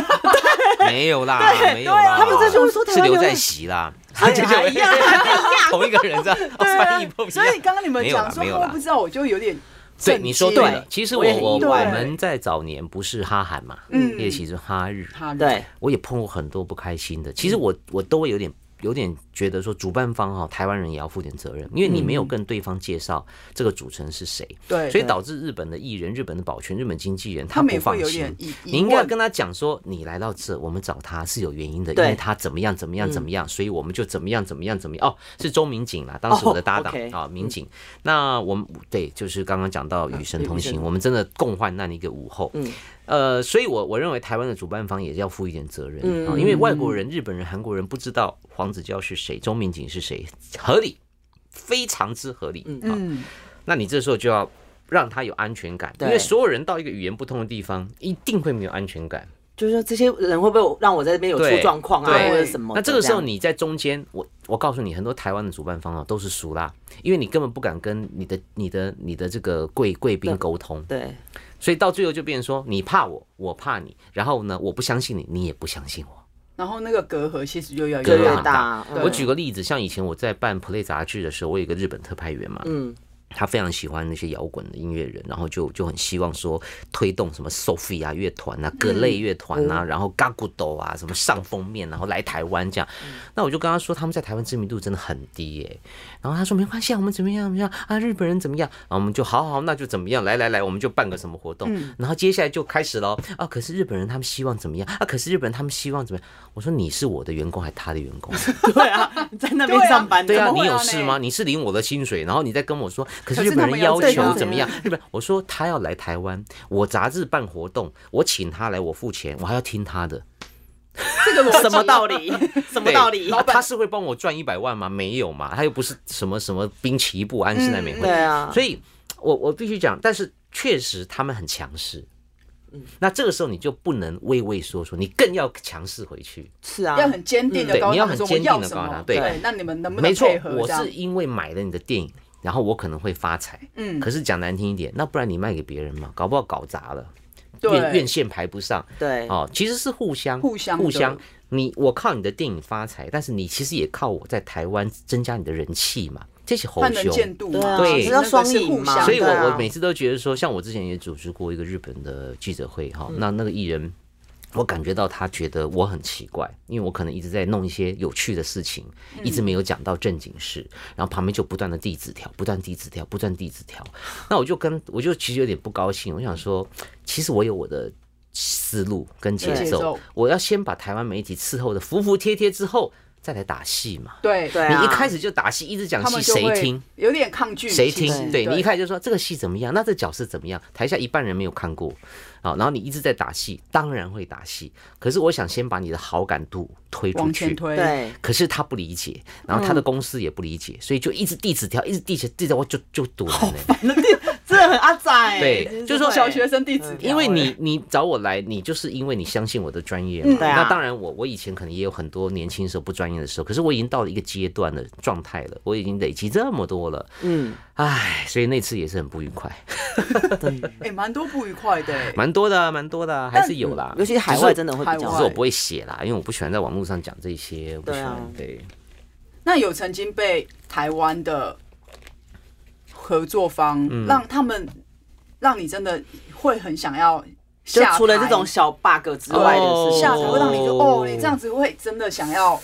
没有啦，没有啦，啊他们这就说台是湾刘有在喜 啦，哎呀哎呀啊同一个人这 样， 哦翻译不一啊所以样。刚刚你们讲说哦没有啦没有我啦不知道，我就有点对，你说震对惊了。其实我我也很我意外我们在早年不是哈韩嘛，嗯也其实哈日，他的对，我也碰过很多不开心的。其实我我都会有点有点觉得说，主办方哈、台湾人也要负点责任，因为你没嗯有跟对方介绍这个主持人是谁，对，所以导致日本的艺人、日本的保全、日本经纪人他们不也放会有心点。疑你疑应该问跟他讲说，你来到这，我们找他是有原因的，因对为他怎么样怎么样怎么嗯样，所以我们就怎么样怎么样怎么样。哦，是周明景啦，当时我的搭档哦，OK 嗯啊，明景。那我们对，就是刚刚讲到《与神同与神嗯行》，我们真的共患难的一个午后。嗯呃，所以我我认为台湾的主办方也要负一点责任嗯啊，因为外国人、日本人、韩国人不知道黄子佼是谁，周明景是谁，合理，非常之合理啊。嗯，那你这时候就要让他有安全感，对因为所有人到一个语言不通的地方，一定会没有安全感。就是说这些人会不会有让我在这边有出对状况啊，对或者什么的样？那这个时候你在中间，我我告诉你，很多台湾的主办方啊都是熟啦，因为你根本不敢跟你的、你的、你的这个贵贵宾沟通，对所以到最后就变成说你怕我，我怕你，然后呢，我不相信你，你也不相信我。然后那个隔阂其实就越来越隔阂越很越大大，嗯我举个例子，像以前我在办 Play 杂志的时候，我有一个日本特派员嘛，嗯他非常喜欢那些摇滚的音乐人，然后就就很希望说推动什么 Sophie 啊乐团啊各类乐团啊，然后 Gagudo 啊什么上封面，然后来台湾这样。那我就跟他说，他们在台湾知名度真的很低耶、然后他说没关系啊，我们怎么样怎么样啊，日本人怎么样？然后我们就好好，那就怎么样，来来来，我们就办个什么活动。然后接下来就开始了啊，可是日本人他们希望怎么样啊？可是日本人他们希望怎么样？我说你是我的员工还是他的员工？对啊，在那边对啊上班的对啊，怎么你会有啊事呢吗？你是领我的薪水，然后你再跟我说，可是可日是本他们人要要这求样怎么样对啊？日本，我说他要来台湾，我杂志办活动，我请他来，我付钱，我还要听他的，这个逻辑什么道理？什么对道理？啊他是会帮我赚一百万吗？没有嘛，他又不是什么什么滨崎步、安室奈嗯美惠对，啊，所以我我必须讲，但是确实他们很强势。嗯那这个时候你就不能畏畏缩缩，你更要强势回去。是啊，要很坚定的嗯对告你诉要他很们说我坚定们要地什告诉他么，对那你们能不能没错配合，我这样是因为买了你的电影，然后我可能会发财。嗯可是讲难听一点，那不然你卖给别人嘛，搞不好搞砸了，院对院线排不上。对，哦，其实是互相互相的互相，你我靠你的电影发财，但是你其实也靠我在台湾增加你的人气嘛，这些猴他能熊。见度对啊嘛，对其实要那个双是赢互嘛相所以我对啊我每次都觉得说，像我之前也主持过一个日本的记者会嗯哈，那那个艺人。我感觉到他觉得我很奇怪，因为我可能一直在弄一些有趣的事情，嗯一直没有讲到正经事，然后旁边就不断的递纸条，不断递纸条，不断递纸条。那我就跟我就其实有点不高兴，我想说，其实我有我的思路跟节对节奏奏，我要先把台湾媒体伺候的服服帖帖之后，再来打戏嘛。对对啊，你一开始就打戏，一直讲他戏，们就谁会听？有点抗拒，谁其实听？对你一开始就说这个戏怎么样，那这角色怎么样，台下一半人没有看过啊，然后你一直在打戏，当然会打戏，可是我想先把你的好感度推出往前去。推，对，可是他不理解，然后他的公司也不理解，所以就一直递纸条，一直递纸递纸条，我就就堵了呢。那这真的很阿仔欸，对真就是说会小学生弟子，因为你你找我来，你就是因为你相信我的专业嘛。对啊那当然我，我以前可能也有很多年轻时候不专业的时候，可是我已经到了一个阶段的状态了，我已经累积这么多了，嗯，唉，所以那次也是很不愉快。哎，蛮多不愉快的欸，蛮多的啊，蛮多的啊，还是有啦。嗯尤其海外真的会比较只是，海只是外我不会写啦，因为我不喜欢在网络上讲这些，我不喜欢。啊对，那有曾经被台湾的合作方、嗯让他们让你真的会很想要就下台，除了这种小 bug 之外的事情，下台会让你就哦哦你这样子会真的想要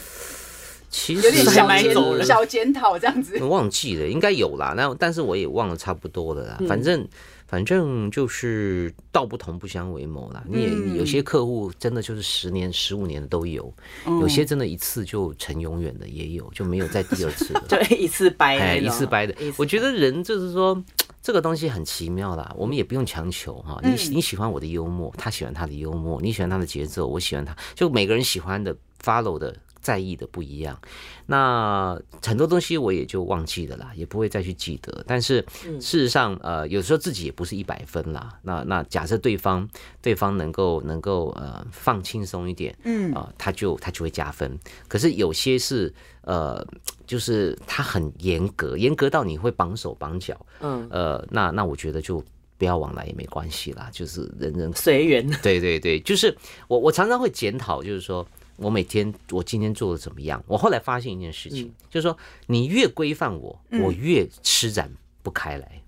其实有点小还蛮走检人小检讨这样子我。忘记了，应该有啦。那但是我也忘了差不多了啦。嗯反正反正就是道不同不相为谋嗯啦。你也有些客户真的就是十年、十五年的都有，嗯有些真的一次就成永远的也有，就没有再第二次的。就一次掰那哎，种，一次掰的一次。我觉得人就是说，这个东西很奇妙啦，我们也不用强求哈。你你喜欢我的幽默，他喜欢他的幽默，你喜欢他的节奏，我喜欢他，就每个人喜欢的、follow 的、在意的不一样。那很多东西我也就忘记了啦，也不会再去记得。但是事实上，呃，有时候自己也不是一百分啦。那那假设对方对方能够能够呃放轻松一点，嗯啊、他就他就会加分。可是有些是呃，就是他很严格，严格到你会绑手绑脚，嗯，呃，那那我觉得就不要往来也没关系啦，就是人人 随缘。对对对，就是我我常常会检讨，就是说我每天我今天做的怎么样。我后来发现一件事情，嗯就是说你越规范我，我越施展不开来，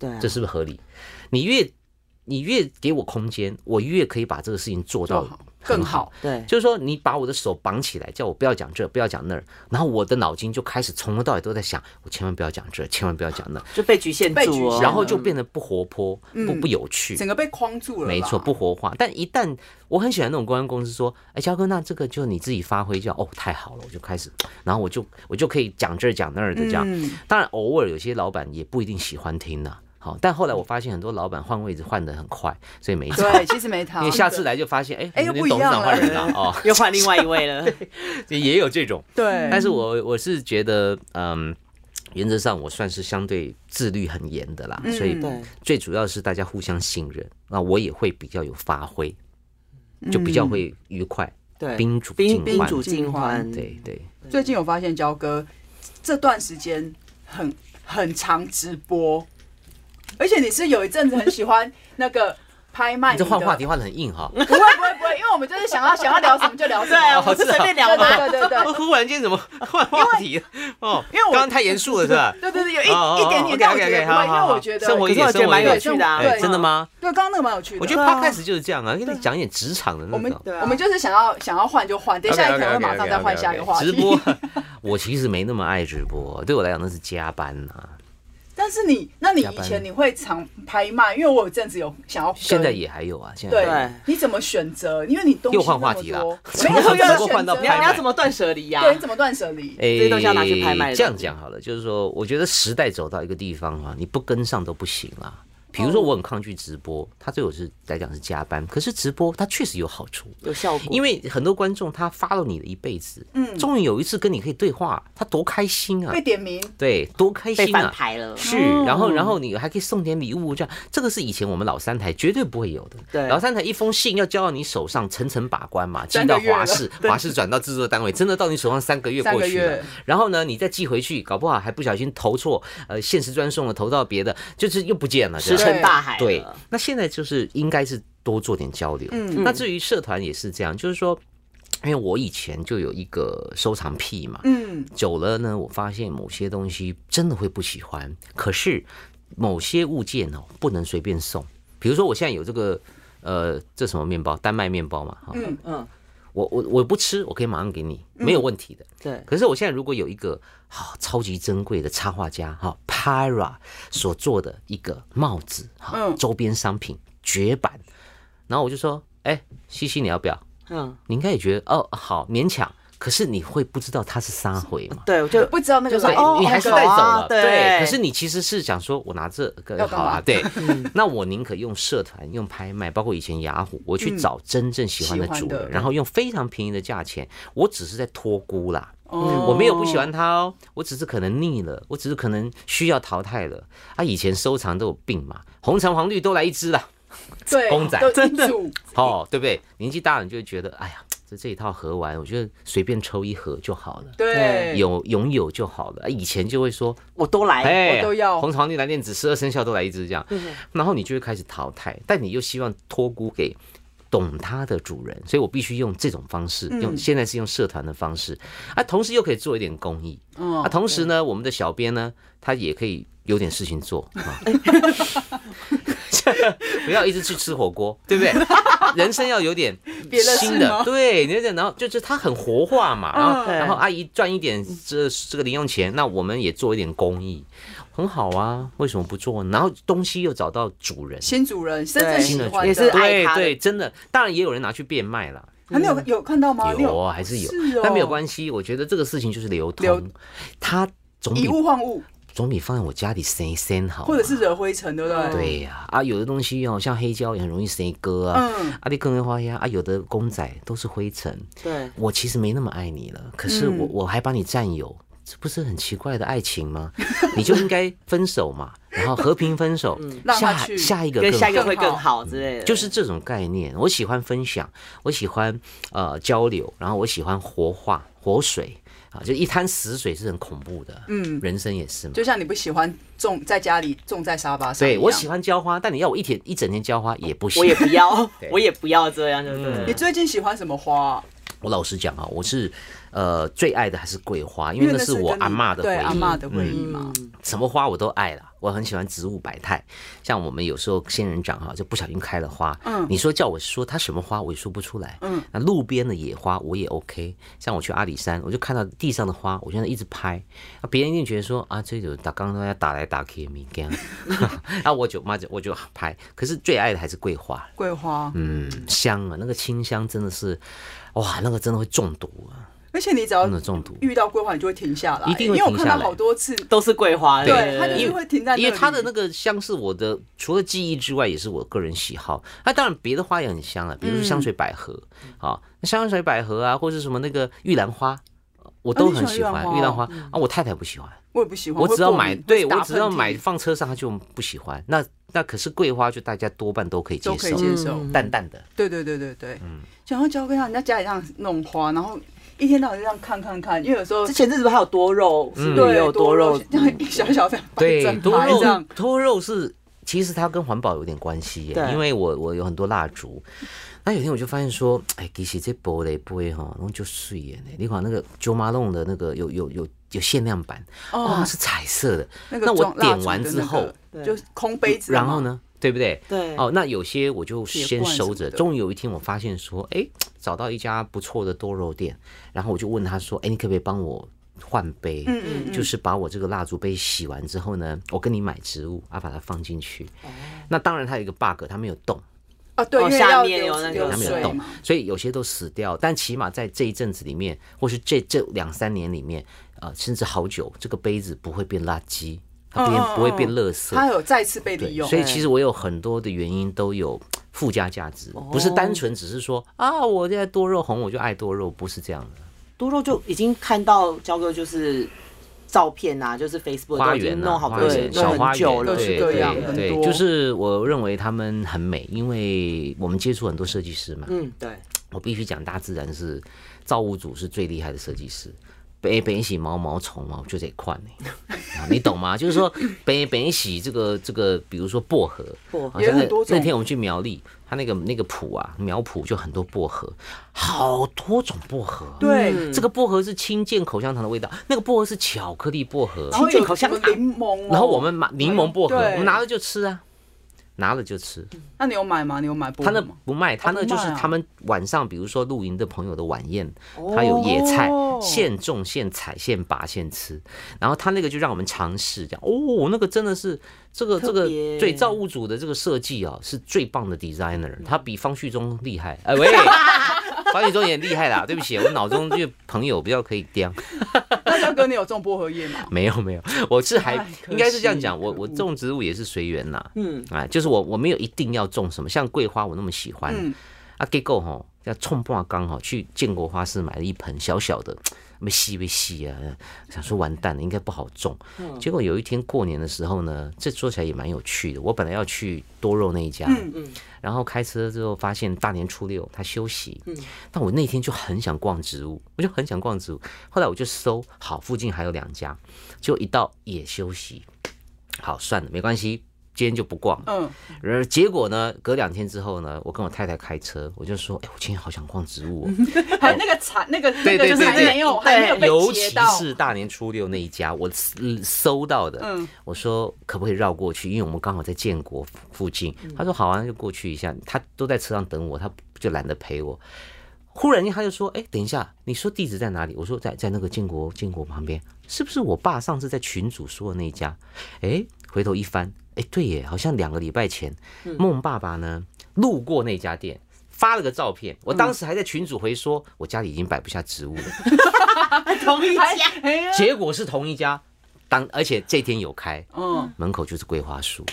对啊嗯这，是不是合理？你越你越给我空间，我越可以把这个事情做到做好更好。对，就是说，你把我的手绑起来，叫我不要讲这，不要讲那儿，然后我的脑筋就开始从头到尾都在想，我千万不要讲这，千万不要讲那，就被局限被住局哦。限然后就变得不活泼，不不有趣，整个被框住了吧，没错，不活化。但一旦我很喜欢那种公关公司说，哎，焦哥，那这个就你自己发挥就好哦，太好了，我就开始，然后我就我就可以讲这儿讲那儿的这样。嗯当然，偶尔有些老板也不一定喜欢听呐、好，但后来我发现很多老板换位置换的很快，所以没差。对，其实 没他因为下次来就发现，哎，哎我们又连不董一事样长换人了了哦，又换另外一位了，也有这种。对，但是我我是觉得，嗯，原则上我算是相对自律很严的啦，所以嗯 对，最主要是大家互相信任，那我也会比较有发挥，就比嗯较会愉快，对，宾主宾尽宾欢。主尽欢，对对，最近有发现焦哥这段时间很很常直播，而且你是有一阵子很喜欢那个拍你卖哎你这的，换话题换的很硬哈。不会不会不会，因为我们就是想要想要聊什么就聊 什对啊，么。我好们就吃啊随便聊嘛。哦对对对对对忽然间 怎么换话题？哦，因为我刚刚太严肃了是吧？ 对对对，有一哦哦一点哦点，但我觉 OK，OK，得不会，好因好好为我觉得生活一可是点我觉得蛮有趣的啊。对哎，真的吗？对，刚刚那个蛮有趣的。我觉得 podcast 就是这样啊，跟你讲一点职场的我那们种。对啊我们就是想要想要换就换，等一下 OK，OK，OK，OK，OK，OK，可能会马上再换下一个话题。直播，我其实没那么爱直播，对我来讲那是加班啊呐、但是你，那你加以班前你会常拍卖，因为我有阵子有想要跟，现在也还有啊，现在还有对对，你怎么选择？因为你东西又换话题那么多了没怎有么你怎么能够换到哎选你择要拍你卖要怎么断舍离啊呀？对，你怎么断舍离？诶，这些东西要拿去拍卖的这样讲好了，就是说，我觉得时代走到一个地方啊，你不跟上都不行啊。比如说，我很抗拒直播，它对我是来讲是加班，可是直播它确实有好处，有效果，因为很多观众他 follow 你的一辈子，嗯，终于有一次跟你可以对话，他多开心啊被！点名，对，多开被心翻啊！牌哦了。是，然后然后你还可以送点礼物，这样这个是以前我们老三台绝对不会有的。对老三台一封信要交到你手上，层层把关嘛，寄哎三到个月华了 视，华视转到制作单位，真的到你手上三个月三过个去了月。然后呢，你再寄回去，搞不好还不小心投错，呃，限时专送了，投到别的，就是又不见了，这石样沉大海了对，那现在就是应该是多做点交流。嗯，那至于社团也是这样，就是说，因为我以前就有一个收藏癖嘛，嗯，久了呢，我发现某些东西真的会不喜欢，可是某些物件哦不能随便送。比如说我现在有这个呃，这什么面包，丹麦面包嘛，哈、嗯，我我我不吃，我可以马上给你，没有问题的。对，可是我现在如果有一个好、超级珍贵的插画家哈、p y r a 所做的一个帽子哈、嗯周边商品绝版，然后我就说，哎，西西你要不要？嗯，你应该也觉得哦好勉强，可是你会不知道它是撒回嘛？对，我就不知道那个就是老对，板哦你还是带走好啊了，对可是你其实是想说，我拿这个 要干好嘛啊，对。嗯那我宁可用社团、用拍卖，包括以前雅虎，我去找真正喜欢的喜欢主的人，然后用非常便宜的价钱，我只是在托孤啦。哦我没有不喜欢它哦，我只是可能腻了，我只是可能需要淘汰了。啊，以前收藏都有病嘛，红橙黄绿都来一只 啦，对公仔都一真的组哦，对不对？年纪大了你就会觉得，哎呀，这这一套盒玩，我觉得随便抽一盒就好了，对，有拥有就好了。啊以前就会说，我都来，哎，我都要红黄绿蓝靛紫十二生肖都来一只这样，然后你就会开始淘汰，但你又希望托孤给懂它的主人，所以我必须用这种方式，用嗯现在是用社团的方式，啊，同时又可以做一点公益，嗯啊，同时呢，我们的小编呢，他也可以有点事情做啊， 不要一直去吃火锅，对不 对？人生要有点别的事新的吗，对，你就然后就是他很活化嘛，然后嗯然后阿姨赚一点这这个零用钱，那我们也做一点公益，很好啊，为什么不做呢？然后东西又找到主人，新主人真正对喜欢的也是爱对他的对，真的，当然也有人拿去变卖了。还没有有看到吗？你有啊，还是有，是哦，但没有关系。我觉得这个事情就是流通，流它总以比物换物，总比放在我家里生生好嘛。啊或者是惹灰尘，对不对？哦对呀、啊，有的东西哦，像黑胶也很容易生割啊，嗯啊，你更会花呀，啊，有的公仔都是灰尘。对，我其实没那么爱你了，可是我、我还把你占有，这不是很奇怪的爱情吗？ 你就应该分手嘛，然后和平分手，让他下去下一个跟更下一个好嗯会更好之类的，就是这种概念。我喜欢分享，我喜欢呃交流，然后我喜欢活化活水啊，就一滩死水是很恐怖的，嗯，人生也是嘛。就像你不喜欢种在家里种在沙发上一对样，我喜欢浇花，但你要我一天一整天浇花也不行。我也不要，我也不要这样，对不你嗯对？最近喜欢什么花啊？ 我老实讲啊，我是呃最爱的还是桂花，因因为为那是我跟你阿嬷的对回阿忆。嗯嬷的回嗯忆嘛。什么花我都爱啦，我很喜欢植物百态。像我们有时候仙人掌哈，啊就不小心开了花，嗯，你说叫我说它什么花，我也说不出来，嗯，那路边的野花我也 OK。像我去阿里山，我就看到地上的花，我就在那一直拍，啊，别人一定觉得说啊，这种打刚刚要打来打去也没干， 啊，我就妈就我就拍。可是最爱的还是桂花，桂花，嗯，香啊，那个清香真的是，哇，那个真的会中毒啊，而且你只要真的中毒。呃遇到桂花，你就会停下来，一定会因为我停看下到来好多次，都是桂花，对对，它就是因为会停在那里，因为它的那个香是我的除了记忆之外，也是我个人喜好。那、当然别的花也很香啊，比如说香水百合，嗯啊、那香水百合啊，或是什么那个玉兰花，我都很喜啊欢。你喜欢玉玉兰兰花哦花啊，我太太不喜欢，我也不喜欢，我只要会过买，敏对会打我只要喷嚏买放车上，她就不喜欢。那那可是桂花，就大家多半都可以接都可以受，接受。嗯淡淡的。对对对对对，想要教给他人家家里这样弄花，然后一天到晚就这样看看看，因为有时候嗯之前阵子不是还有多肉，是不是对也有多肉？嗯这样一 小小的摆对，整多排这肉样，多肉是，其实它跟环保有点关系耶对，因为我我有很多蜡烛，那有一天我就发现说，哎，其实这玻璃杯哈，然后就碎耶，你看那个 Jo Malone 的那个有有有有限量版，哦哇、是彩色的，那个那我装蜡点烛完的之那个后，就是空杯子，然后？呢，对不对？对哦，那有些我就铁先罐什么收着。的终于有一天，我发现说，哎，找到一家不错的多肉店，然后我就问他说，哎，你可不可以帮我换杯？嗯嗯嗯，就是把我这个蜡烛杯洗完之后呢，我跟你买植物，啊，把它放进去。哦那当然它有一个 bug，它没有动，啊，对，哦因为下要面流有那个流它没水有动嘛，所以有些都死掉。但起码在这一阵子里面，或是这这两三年里面，呃，甚至好久，这个杯子不会变垃圾，它变嗯嗯嗯不会变垃圾。它有再次被利对，用嗯所，以其实我有很多的原因都有附加价值，哦不是单纯只是说啊，我现在多肉红我就爱多肉，不是这样的。多肉就已经看到焦哥就是照片啊，就是 Facebook 花都已经园啊，弄好花多园弄小花很久园，了，各式对各对样很对，多就是我认为他们很美，因为我们接触很多设计师嘛，嗯，对，我必须讲大自然是造物主是最厉害的设计师。北北喜毛毛虫嘛，我就得款呢、啊你懂吗？就是 说北北喜这个这个，比如说薄荷，薄荷好像有那很多种那天我们去苗栗，它那个那个圃啊，苗圃就很多薄荷，好多种薄荷。对，这个薄荷是清健口香糖的味道，那个薄荷是巧克力薄荷，然后清有酒口香什么糖柠檬哦，啊然后我们买柠檬薄荷，对我们拿了就吃啊，拿了就吃。那你有买吗？你有买薄他荷那吗？不卖，他那不就卖是啊哦他们晚上，比如说露营的朋友的晚宴，他有野菜，现种现采现拔现吃。然后他那个就让我们尝试，这样哦，那个真的是这个这个特别对造物主的这个设计啊，是最棒的 designer，他嗯比方旭中厉害。哎 喂，方旭中也厉害啦，对不起，我脑中就朋友比较可以掂。那大哥，你有种薄荷叶吗？ 没有没有，我是还哎可应该是这样惜讲，我可我恶种植物也是随缘啦，嗯，啊，就是我我没有一定要种什么，像桂花我那么喜欢，嗯啊，结果吼要冲半缸吼去建国花市买了一盆小小的，没吸没吸啊，想说完蛋了，应该不好种，嗯结果有一天过年的时候呢，这说起来也蛮有趣的，我本来要去多肉那一家，嗯然后开车之后发现大年初六他休息，嗯但我那天就很想逛植物，我就很想逛植物。后来我就搜，好，附近还有两家，结果一到也休息，好，算了，没关系，今天就不逛了。嗯，而结果呢，隔两天之后呢，我跟我太太开车，我就说，哎、我今天好想逛植 物、哦，还有那个蚕，那个那对个对就是对还对没有还没有被尤截其到，是大年初六那一家，我嗯搜到的，嗯我说可不可以绕过去，因为我们刚好在建国附近。他说好啊，那就过去一下。他都在车上等我，他就懒得陪我。忽然间他就说：“哎、等一下，你说地址在哪里？”我说在：“在那个建国建国旁边，是不是我爸上次在群主说的那一家？”哎、回头一翻，哎、对耶，好像两个礼拜前，孟爸爸呢路过那家店。发了个照片，我当时还在群主回说，我家里已经摆不下植物了，同意还哎呀结果是同一家，当而且这天有开，嗯，门口就是桂花树，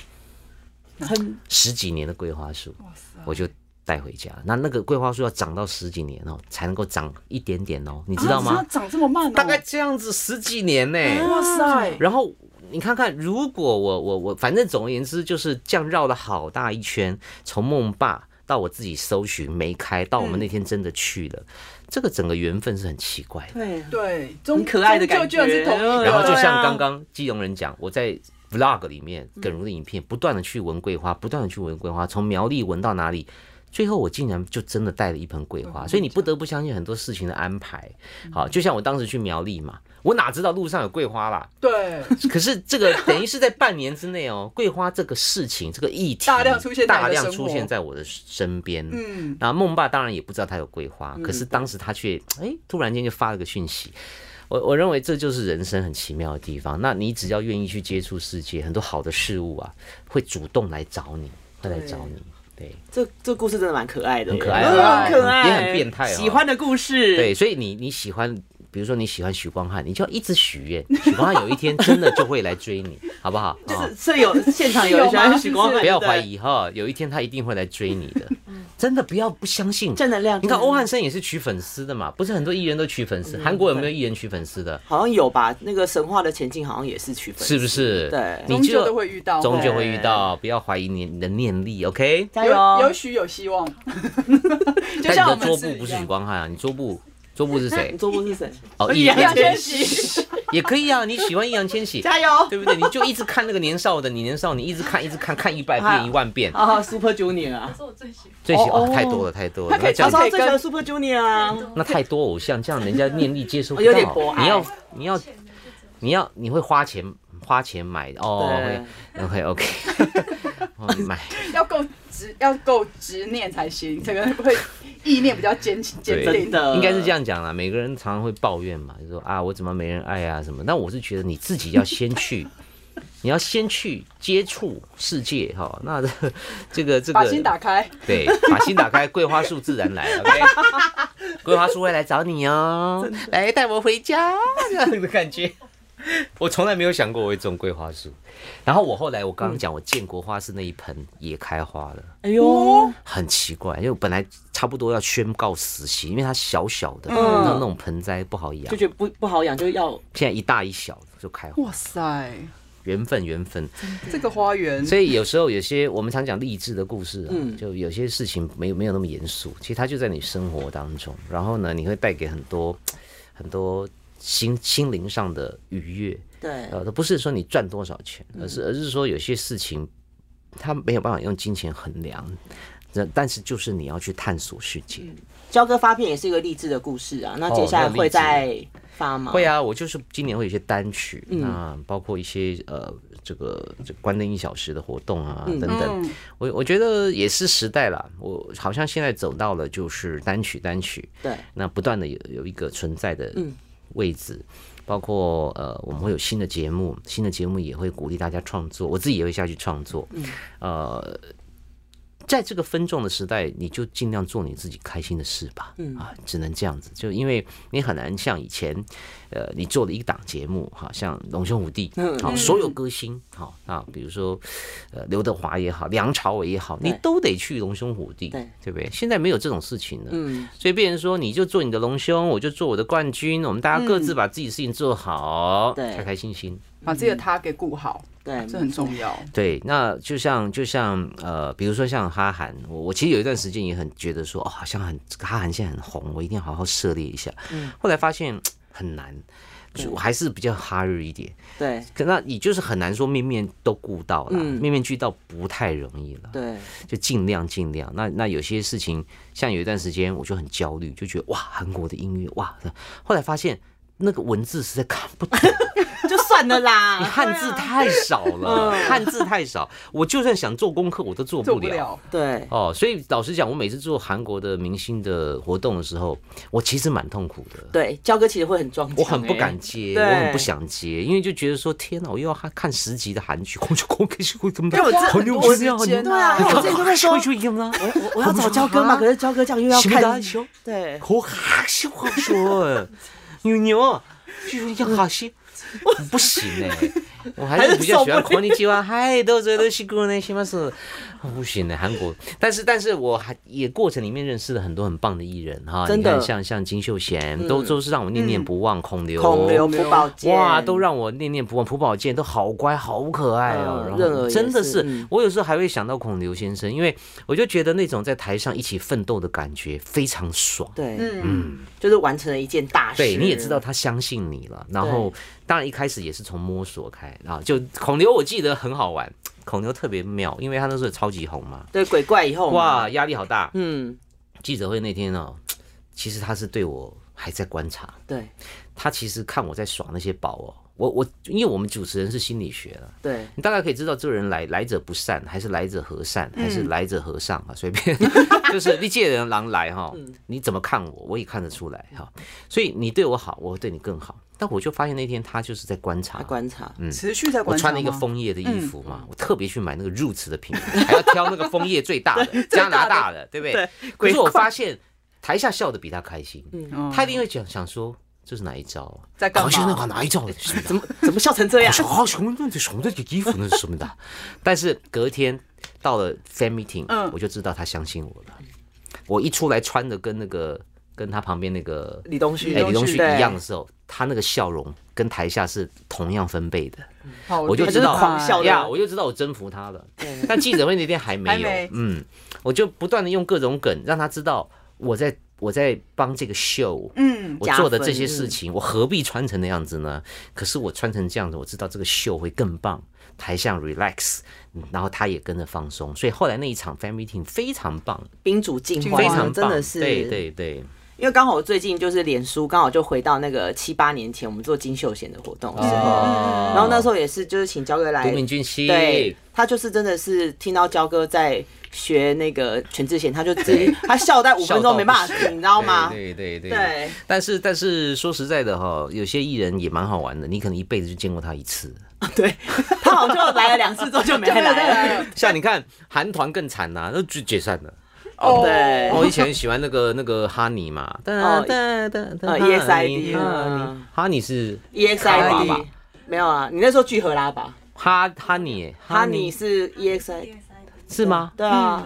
很十几年的桂花树，哇塞，我就带回家。那那个桂花树要长到十几年哦，才能够长一点点哦，你知道啊吗它？长这么慢哦，啊大概这样子十几年呢、哇塞，然后你看看，如果我我我，反正总而言之就是这样绕了好大一圈，从梦爸到我自己搜寻没开，到我嗯们那天真的去了，这个整个缘分是很奇怪的。对，对，中很可爱的感觉终究居然是同一个， 然后就对像啊刚刚基隆人讲，我在 vlog 里面嗯耿如的影片，不断的去闻桂花，不断的去闻桂花，从苗栗闻到哪里。最后我竟然就真的带了一盆桂嗯花，所以你不得不相信很多事情的安排。好，就像我当时去苗栗嘛，我哪知道路上有桂花啦？对，可是这个等于是在半年之内哦，桂花这个事情，这个议题大量出现在你的大量生活出现在我的身边。嗯，那梦爸当然也不知道他有桂花，可是当时他却哎突然间就发了个讯息。我我认为这就是人生很奇妙的地方。那你只要愿意去接触世界，很多好的事物啊，会主动来找你，会来找你。对这这故事真的蛮可爱的耶，很可爱啊嗯很可爱，也很变态哦喜欢的故事，对，，所以你你喜欢，比如说你喜欢许光汉，你就要一直许愿， 许光汉有一天真的就会来追你，好不好？啊。是有现场有 是人有喜欢吗许光汉，不要怀对疑哈，有一天他一定会来追你的，真的不要不相信不对，。正能量。你看正欧能量汉生也是取粉丝的嘛，不是很多艺人都取粉丝，韩国有没有艺人取粉丝的？好像有吧？那个神话的前进好像也是区分，是不是？对 你终究都就会遇到，终究对会遇到，不要怀疑你你的念力，OK？加油有哦！有许有希望， 就但像我你的们桌是布不一是样许光汉啊，你桌布桌布是谁 你？做过是谁？哦，易易烊烊千千玺玺也可以啊，你喜欢易烊 千玺，加油！对不对？你就一直看那个年少的你年少，你一直看一直看看一百啊遍一万遍，哦啊，Super Junior 啊，是我最喜欢。最喜哦哦太多了太多了，可以那这样他子说他可以最喜欢跟 Super Junior 啊，那太多偶像，这样人家念力接收不 到。有点博爱你要你要你要你会花钱花钱买哦对，会会 OK，哦你买 要够执，要够执念才行，这个会意念比较坚坚对定真。的应该是这样讲啦。每个人常常会抱怨嘛，就说啊我怎么没人爱啊什么。但我是觉得你自己要先 去，你要先去接触世界哈、那这个这个把心打开，对，把心打开，桂花树自然来。OK，桂花树会来找你哦，来带我回家这样的感 觉。我从来没有想过我会种桂花树，然后我后来我刚刚嗯讲，我建国花市那一盆也开花了，哎呦，很奇怪，因为我本来差不多要宣告死刑，因为它小小的，那那种盆栽不好养嗯就，觉得不不好养，就要现在一大一小就开花，哇塞，缘分缘分。嗯这个花园所以有时候有些我们常讲励志的故事啊，嗯就有些事情没有没有那么严肃，其实它就在你生活当中，然后呢，你会带给很多很多心心灵上的愉悦。对呃，不是说你赚多少钱，嗯而是而是说有些事情它没有办法用金钱衡量，那但是就是你要去探索世界。焦哥发片也是一个励志的故事哦啊，那接下来会再发吗？会啊，啊，我就是今年会有一些单曲，那包括一些呃这个这个关灯一小时的活动啊等嗯等。我我觉得也是时代啦，我好像现在走到了就是单曲单曲，对，那不断的有有一个存在的嗯位置。包括呃，我们会有新的节目，新的节目也会鼓励大家创作，我自己也会下去创作。嗯呃，在这个分众的时代，你就尽量做你自己开心的事吧。嗯啊，只能这样子，就因为你很难像以前，呃，你做了一档节目，好像龙兄虎弟，嗯好，所有歌星，好啊，比如说呃刘德华也好，梁朝伟也好，你对都得去龙兄虎弟，对对不对？现在没有这种事情了。嗯，所以变成说，你就做你的隆胸，我就做我的冠军，我们大家各自把自己事情做好，嗯对开开心心。把自己的他给顾好，对，嗯这很重要。对，那就像就像呃，比如说像哈韩，我我其实有一段时间也很觉得说，哦，好像很哈韩现在很红，我一定要好好涉猎一下。嗯，后来发现很难，就我还是比较哈日一点。对可那你就是很难说面面都顾到啦，嗯面面俱到不太容易了。对，就尽量尽量。那那有些事情，像有一段时间我就很焦虑，就觉得哇，韩国的音乐哇，后来发现那个文字实在看不懂， 就算了啦，啊你汉字太少了， 汉字太少，我就算想做功课我都做做不不了。了，对哦，所以老实讲，我每次做韩国的明星的活动的时候，我其实蛮痛苦的。对，焦哥其实会很欸装，我很不敢，接，对我很不想接，因为就觉得说天哪，我又要看十集的韩剧，空就空，空就空，怎么我这好牛很多这样时间对啊，因为我之前就会说，就赢了。我我要找焦哥嘛，可是焦哥这样又要什么看大，球？对，啊好哈西好说，牛牛，就是要哈西。不行哎、我还还是是比较喜欢受不了孔尼基哇，嗨，都这都西古内西马斯，不行的、韩国。但是，但是我还也过程里面认识了很多很棒的艺人哈，真你的嗯看像像金秀贤，都都是让我念念不忘，孔刘，孔刘、朴宝剑，哇，都让我念念不忘。朴宝剑都好乖，好可爱哦嗯。然任尔后也真的是是嗯，我有时候还会想到孔刘先生，因为我就觉得那种在台上一起奋斗的感觉非常爽。对，嗯，就是完成了一件大事。对你也知道他相信你了，然后当然一开始也是从摸索开啊。就孔刘，我记得很好玩，孔刘特别妙，因为他那时候超级红嘛，对鬼怪以后嘛哇，，压力好大。嗯，记者会那天哦，其实他是对我还在观察，对他其实看我在耍那些宝哦。我我因为我们主持人是心理学的，对，你大概可以知道这个人来来者不善，还是来者和善，还是来者和尚啊，随便， 就是你借人狼来哈，你怎么看我，我也看得出来哈。所以你对我好，我会对你更好。但我就发现那天他就是在观察他，观察，持续在嗯我观察穿了吗一个枫叶的衣服嘛，我特别去买那个 Roots 的品牌，还要挑那个枫叶最大的加拿大的，对不对？可是我发现台下笑的比他开心，嗯他一定会讲想说这是哪一招啊？在干嘛搞笑那款哪一招？什么的怎么怎么笑成这样？小号哦熊那熊的衣服那是什么 的？但是隔天到了 fan meeting，、嗯我就知道他相信我了。我一出来穿的跟那个跟他旁边那个李东旭，哎李东旭对一样的时候，他那个笑容跟台下是同样分贝的。好我就厉知道害狂笑的呀，我就知道我征服他了。但记者会那天还没还有没，嗯，我就不断的用各种梗让他知道我在我在帮这个 show，嗯，我加做的分这些事嗯情，我何必穿成那样子呢？可是我穿成这样子，我知道这个秀会更棒，台上 relax，嗯然后他也跟着放松，所以后来那一场 fan meeting 非常棒，宾主尽尽欢，非常棒，真的是对对对，因为刚好我最近就是脸书，刚好就回到那个七八年前我们做金秀贤的活动的时候，哦然后那时候也是就是请焦哥来都，敏俊熙，对他就是真的是听到焦哥在学那个全智贤，他就直接他笑在五分笑到钟不没办法行停，你知道吗？对对对对但是但是说实在的哈，有些艺人也蛮好玩的，你可能一辈子就见过他一次。对，他好像就来了两次之后就没就没有再来来了了。像你看韩团更惨呐、都解解散了。哦对我以前喜欢那个那个哈尼嘛，哒哒哒哒呃，ESID 哈尼嗯哈尼是 EXID 吧没有啊，你那时候聚合拉吧？哈哈尼哈尼是 EXID，是 E 吗？对啊，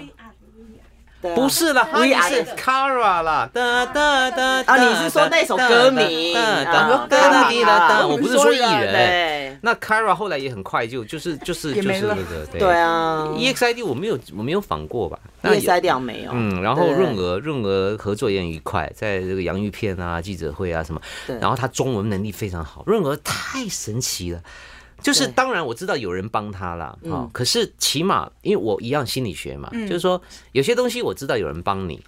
对啊不是啦，哈尼 We are 是 Kara 啦，哒哒哒哒。啊，你是说那首歌名？哒哦啊哒哒歌哒名哒啊哒，我不是说艺人。对那 Kara 后来也很快就就是就是也就没是了那个对 E 对啊 E EXID 我没有我没有访过吧？那叶有塞掉没有？嗯，然后哦对润娥润娥合作也很愉快，在这个洋芋片啊、记者会啊什么对，然后她中文能力非常好，润娥太神奇了。就是对嗯当然我知道有人帮她啦，哦，可是起码因为我一样心理学嘛，就是说有些东西我知道有人帮你，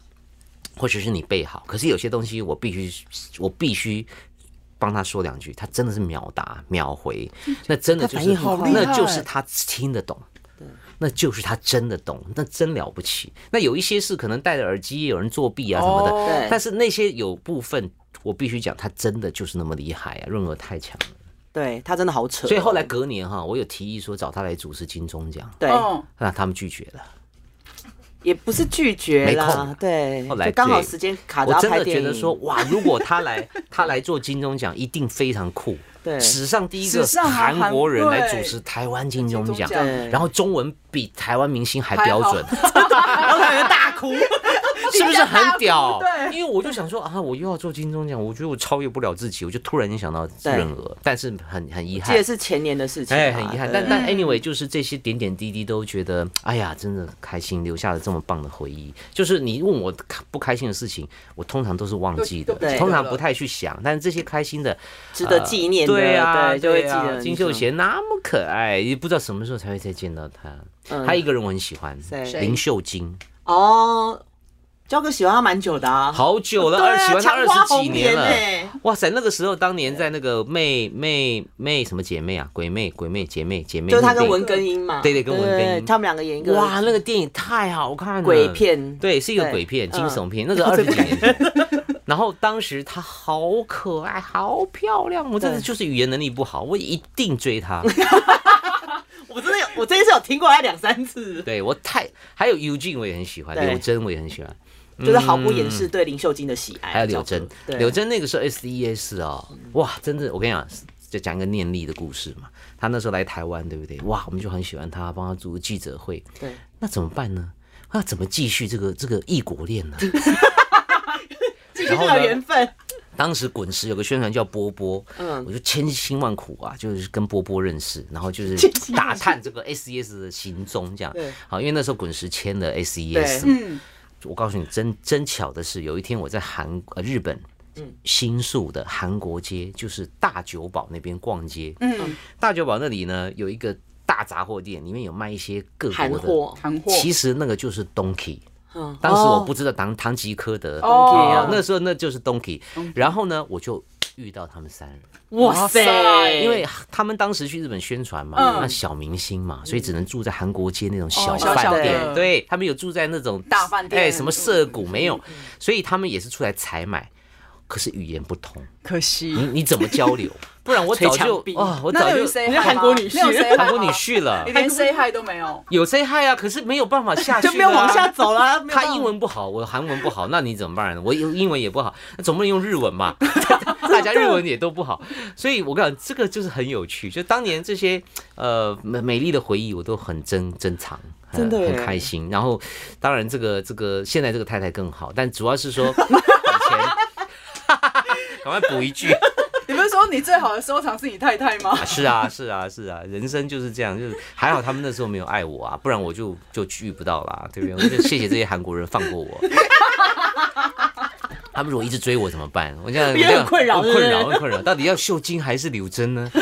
或许是你背好，可是有些东西我必须我必须。帮他说两句，他真的是秒答秒回，那真的就他嗯反是应好快那就是他听得懂，那就是他真的懂，那真了不起。那有一些是可能戴着耳机，有人作弊啊什么的，哦对但是那些有部分我必须讲，他真的就是那么厉害啊，润娥太强了。对他真的好扯哦。所以后来隔年哈，我有提议说找他来主持金钟奖，对嗯那他们拒绝了。也不是拒绝没啦空，对，后来就刚好对时间卡着我要真啊拍的觉电影。得说，哇，如果他来他来做金钟奖，一定非常酷。对史上第一史个上啊韩国人来对主持台湾金钟金钟奖，奖对然后中文比台湾明星还标准， 然后他有人大 哭，是不是很屌？对因为我就想说啊，我又要做金钟奖，我觉得我超越不了自己，我就突然间想到润娥，但是很很遗这也憾。是前年的事情嘛。啊哎，很遗憾，对但但 anyway，就是这些点点滴滴都觉得，哎呀，真的开心，留下了这么棒的回忆。就是你问我不开心的事情，我通常都是忘记的都都不记，得通常了不太去想。但是这些开心的，值得纪念的，呃对啊，就会记对啊得金秀贤那么可爱，也不知道什么时候才会再见到他。嗯还有一个人我很喜欢，谁林秀晶，哦。焦哥喜欢他蛮久的啊，好久了，对啊二喜欢他长花二十红几年颜了。欸哇塞，那个时候当年在那个妹妹妹什么姐妹啊，鬼妹鬼妹姐妹姐妹，就是他那跟个文根英嘛，对对跟文根英他们两个演一个哇，那个电影太好看了，鬼片对，是一个对鬼片，嗯惊悚片，那个二十几年前。 然后当时她好可爱，好漂亮，我真的对就是语言能力不好，我一定追 她。我真的有，我这一次有听过他两三次，对我太还有尤静我也很喜欢，对柳真我也很喜欢，就是毫不掩饰对林秀晶的喜爱。嗯还有柳真对，柳真那个时候 S E S 哦，哇，真的我跟你讲，就讲一个念力的故事嘛。他那时候来台湾，对不对？哇，我们就很喜欢他，帮他组记者会。对，那怎么办呢？那怎么继续这个这个异国恋呢？ 这然就后是呢有缘分。当时滚石有个宣传叫波波，嗯我就千辛万苦啊，就是跟波波认识，然后就是千辛万打探这个 SES 的行踪，这样对。好，因为那时候滚石签了 SES，对嘛嗯，我告诉你，真真巧的是，有一天我在韩呃日本。嗯新宿的韩国街就是大久保那边逛街，嗯，大久保那里呢有一个大杂货店，里面有卖一些各韩国的。货，韩货，其实那个就是 Donkey，嗯，当时我哦不知道唐唐吉诃德，哦啊那时候那就是 Donkey。然后呢，我就遇到他们三人，哦哇哇塞，因为他们当时去日本宣传嘛，嗯那小明星嘛，所以只能住在韩国街那种小哦小小饭的店，对他们有住在那种大饭店哎，什嗯么涩谷没有，所以他们也是出来采买，可是语言不通，可你惜。你怎么交流？不然我捶 早墙就壁啊，我那早就有 say 你是 hi 韩吗国女婿没有 say hi 韩国吗女婿啊 了你。连 say hi 都没有。有 say hi 啊，可是没有办法下去、啊，就没有往下走了。没有办他法英文不好，我韩文不好，那你怎么办呢？我英文也不好，那总不能用日文 嘛？ 大家日文也都不好，所以我跟你讲，这个就是很有趣。就当年这些呃美美丽的回忆，我都很珍珍藏，呃真的耶很开心。然后当然这个这个现在这个太太更好，但主要 是说以前， 赶快补一句。你不是说你最好的收藏是你太太吗？啊是啊，是啊，是啊，人生就是这样，就是还好他们那时候没有爱我啊，不然我就就遇不到啦，对不对？我就谢谢这些韩国人放过我。 他们如果一直追我怎么办？我这样也我这样很困扰很困扰，对不对很困扰。到底要绣金还是柳针呢？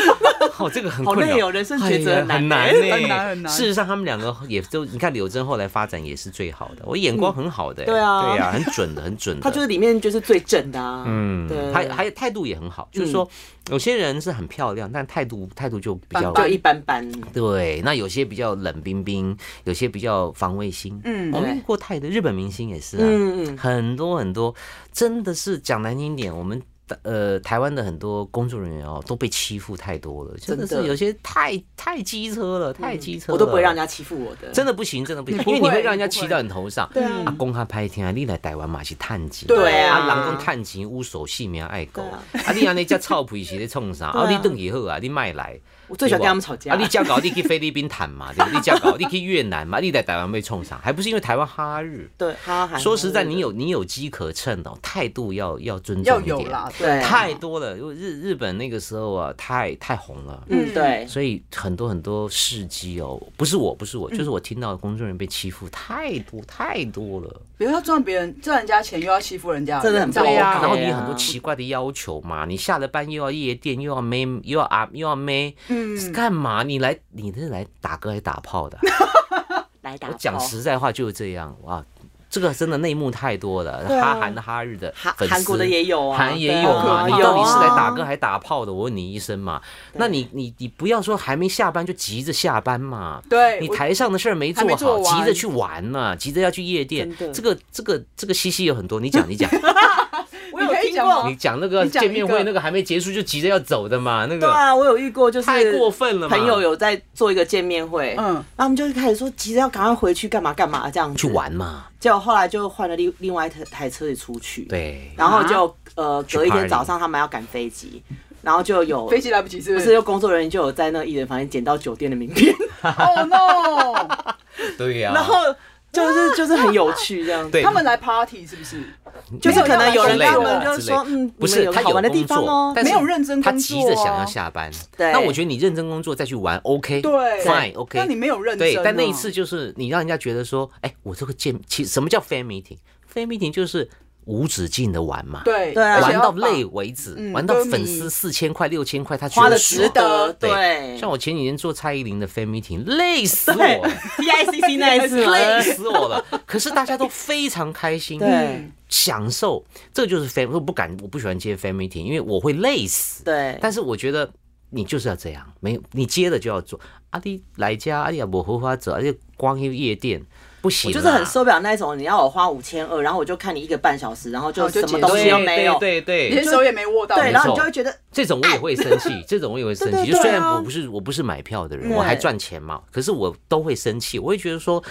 哦，这个很好困累扰哦，。人生哎抉择呀很很难难欸呢，很难很难事实上，他们两个也都，你看柳珍后来发展也是最好的，我眼光很好的欸、对啊对呀，很准的，很准的。他就是里面就是最正的啊，嗯对，嗯还还有态度也很好，就是说有些人是很漂亮，但态度态度就比较般就一般般。对，那有些比较冷冰冰，有些比较防卫心。嗯我们对遇过太多日本明星也是啊，嗯嗯很多很多，真的是讲难听点，我们呃台湾的很多工作人员哦都被欺负太多了，真的真是的嗯有些太太机车了，太机车了，我都不会让人家欺嗯负我的，真的不行，真的不行，你不因为你会会让人你家不骑会到你头上。对啊啊，公开拍天啊，你来台湾嘛是探钱，对啊人讲探钱无所性命爱狗，对啊啊，你安尼只臭屁是咧创啥？ 对啊啊，你等以后啊，你卖来。我最喜欢跟他们吵架。啊，你较搞，你去菲律宾谈 嘛，对不对？你较搞，你去越南嘛，你来台湾被冲上，还不是因为台湾哈日？对，哈韩说实在，你有你有机可乘哦，态度要要尊要重一有点。啦，对嗯啊太多了，因为日日本那个时候啊，太太红了。嗯对，所以很多很多事迹哦，不是我，不是嗯我，就是我听到工作人员被欺负太多太多了，比如说赚别人赚人家钱，又要欺负人家，真的很这样对啊 OK 然后你有很多奇怪的要求嘛，你下了班又要夜店，又要妹，又要啊，又要妹，嗯干嘛？你来，你是来打歌还打炮的啊？来 打我讲炮实在话就是这样哇，这个真的内幕太多了，对啊哈韩的、哈日的韩粉丝韩国的也有啊，韩也对有好可嘛，怕你有到底是来打啊歌还打炮的？我问你一声嘛，那你你你不要说还没下班就急着下班嘛。对，你我台上的事儿没做还没好，做完急着去玩呢、急着要去夜店真，的这个这个这个西西有很多，你讲你讲，我你有可以听哦讲吗过你，讲那个你讲见一面个会那个还没结束就急着要走的嘛，那对个啊，我有遇过，就是太过分了嘛。朋友有在做一个见面会，嗯，然后嗯，他们就开始说急着要赶快回去干嘛干嘛这样子去，玩嘛，结果后来就换了另另外一台台车子出去，，对，然后就呃去隔一 party 天早上他们要赶飞机，然后就有飞机来不及是不不是，就工作人员就有在那个艺人房间捡到酒店的名片，哦？Oh no！对呀、然后就是就是很有趣这样子。对他们来 party 是不是？就是可能有人之类跟的啊他们就之类说，的嗯，不你们是有他个好玩的地工方作哦，，但是没有认真他工急着作啊想要下班。对那我觉得你认真工作再去玩，OK，对，fine，那 OK。你没有认真对哦，，但那一次就是你让人家觉得说，哎，我这个见，其实什么叫 fan meeting？fan meeting 就是无止境的玩嘛，，对对啊而且玩要到把累为止，嗯玩到歌迷粉丝四千块、六千块，他觉花的得值爽。得，对对，像我前几天做蔡依林的 fan meeting，累死我对了， TICC 那一次嘛，累死我了。可是大家都非常开心，对享受，这就是 fan，我不敢，我不喜欢接 fan meeting，因为我会累死。对，但是我觉得你就是要这样，没有你接了就要做。阿、啊、弟来家，阿弟也无荷花者，而且光去夜店不行我啦，就是很受不了那一种，你要我花五千二，然后我就看你一个半小时，然后就哦好就什么结束东西都没有，对对连对，手也没握到，对，然后你就没会觉得这种我也会生气，这种我也会生对气。对就虽对啊然我不是我不是买票的人，我还对赚钱嘛，可是我嗯都会生气，我会觉得说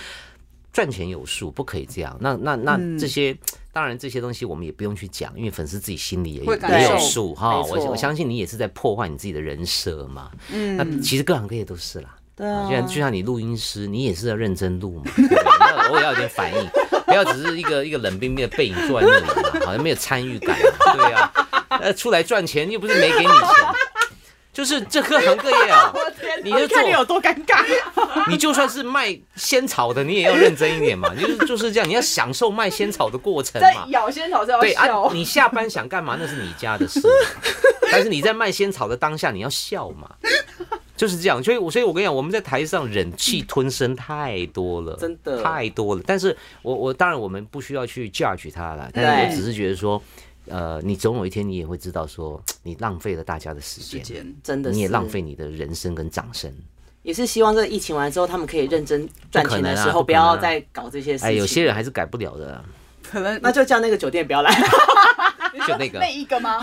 赚钱有数，不可以这样。那那那这些。当然这些东西我们也不用去讲，因为粉丝自己心里也会也感有受数哈。没我错我相信你也是在破坏你自己的人设嘛。那嗯，其实各行各业都是啦。对啊啊就，像就像你录音师，你也是要认真录嘛，对不对你要偶尔要有点反应，不要只是一个一个冷冰冰的背影坐在那里嘛，好像没有参与感嘛，对啊，呃，出来赚钱又不是没给你钱，就是这各行各业啊，你就做看你有多尴尬。你就算是卖仙草的，你也要认真一点嘛，就是就是这样，你要享受卖仙草的过程在嘛，咬仙草是要对啊笑，，你下班想干嘛那是你家的事， 但是你在卖仙草的当下你要笑嘛，就是这样。所以，我所以我跟你讲，我们在台上忍气吞声太多了，真的太多了。但是我我当然我们不需要去 judge 他了，但是对我只是觉得说，呃，你总有一天你也会知道说，你浪费了大家的时时间，间真的是你也浪费，你的人生跟掌声。也是希望这个疫情完之后，他们可以认真赚钱的时候，不可不能啊要再搞这些事情。哎，有些人还是改不了啊的， 可能那就叫那个酒店不要来，就那个那一个 吗？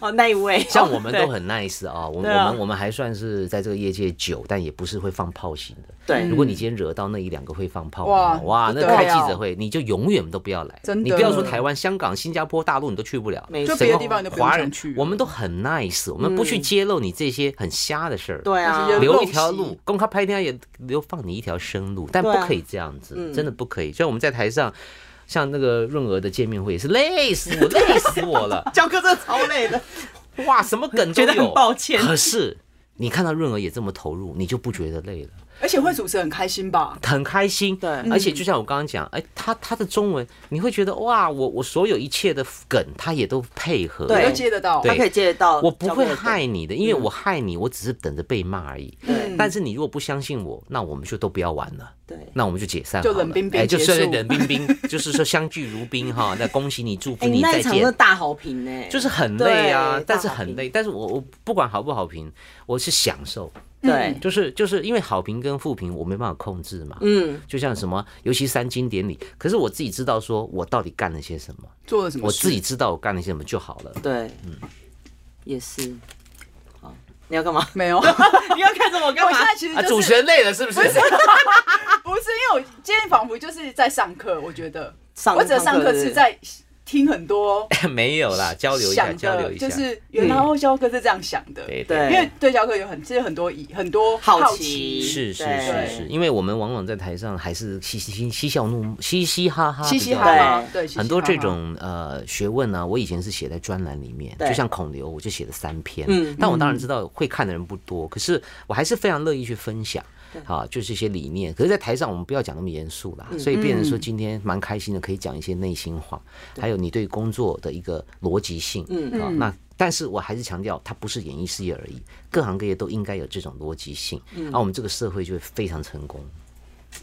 哦，那一位像我们对都很 nice 啊，我们对啊我们我们还算是在这个业界久，但也不是会放炮型的。对如果你今天惹到那一两个会放炮的嗯哇哦，哇，那不得开了记者会，你就永远都不要来。真你的不要说台湾、香港、新加坡、大陆，你都去不了。没就错，别的地方你都不用华人想去我们都很 nice，我们不去揭露你这些很瞎的事儿。。对那啊些，留一条陋路习，公开拍天也留放你一条生路，但不对啊可以这样子，嗯真的不可以。所以我们在台上，像那个润儿的见面会也是累死我，累死我了。教哥真的超累的，哇，什么梗都觉得很有。抱歉可是你看到润儿也这么投入，你就不觉得累了，而且会主持很开心吧？很开心。对而且就像我刚刚讲，哎，他他的中文，你会觉得哇，我我所有一切的梗，他也都配合。对嗯我都接得到，他对可以接得到，我不会害，你的，因为我害你，我只是等着被骂而已。嗯对但是你如果不相信我，那我们就都不要玩了。对，那我们就解散好就了，冷冰冰哎，就结是束冷冰冰， 就是说相聚如宾哈。那恭喜你，祝福哎，你你，那再一场真的见。大好评呢，就是很累啊对，但是大好很评累，但是我我不管好不好评，我是享受，嗯对，就是就是因为好评跟负评我没办法控制嘛，嗯，就像什么，尤其三经典里，可是我自己知道说我到底干了些什么，做了什么我事？自己知道我干了些什么就好了。对，也是，好，你要干嘛？ 没有，我你要看着我干现在其实啊，就主持是人累了是不是？不是因为我今天仿佛就是在上课，我觉得上我只是上课对是不对在听很多 没有啦，交流一下，想交流的，一下，就是原来哦，肖哥是这样想的，对对因为对肖哥有很其实很多疑很多好好奇是是对是是，因为我们往往在台上还是嘻嘻嘻笑怒嘻嘻哈哈比较多，嘻嘻哈哈，对，嘻嘻哈哈很多这种呃学问呢、我以前是写在专栏里面，对就像孔刘，我就写了三篇。嗯但我当然知道会看的人不多，可是我还是非常乐意去分享。啊，就是一些理念。可是，在台上我们不要讲那么严肃嗯啦，所以变成说今天蛮开心的，可以讲一些内心话，还有你对工作的一个逻辑性。嗯啊，那但是我还是强调，它不是演艺事业而已，各行各业都应该有这种逻辑性，嗯啊，我们这个社会就会非常成功。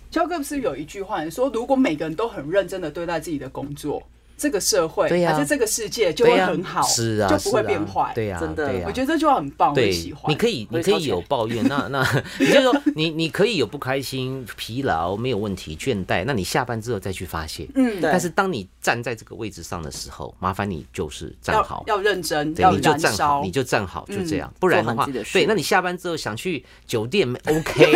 肖哥不是有一句话说，如果每个人都很认真的对待自己的工作，这个社会对呀还是这个世界就对会呀，很好，是啊，就不会是啊变坏。对呀，真的对呀啊我觉得这句话很棒，我对很喜欢。你可以，你我也可超以喜有欢抱怨，那那 你就说你你可以有不开心、疲劳没有问题、倦怠，那你下班之后再去发泄。嗯，对但是当你站在这个位置上的时候，麻烦你就是站要好，要认真，对，要你就燃站好，烧你。就站好，就这样，不然的做好话自己的，事对，那你下班之后想去酒店没，OK，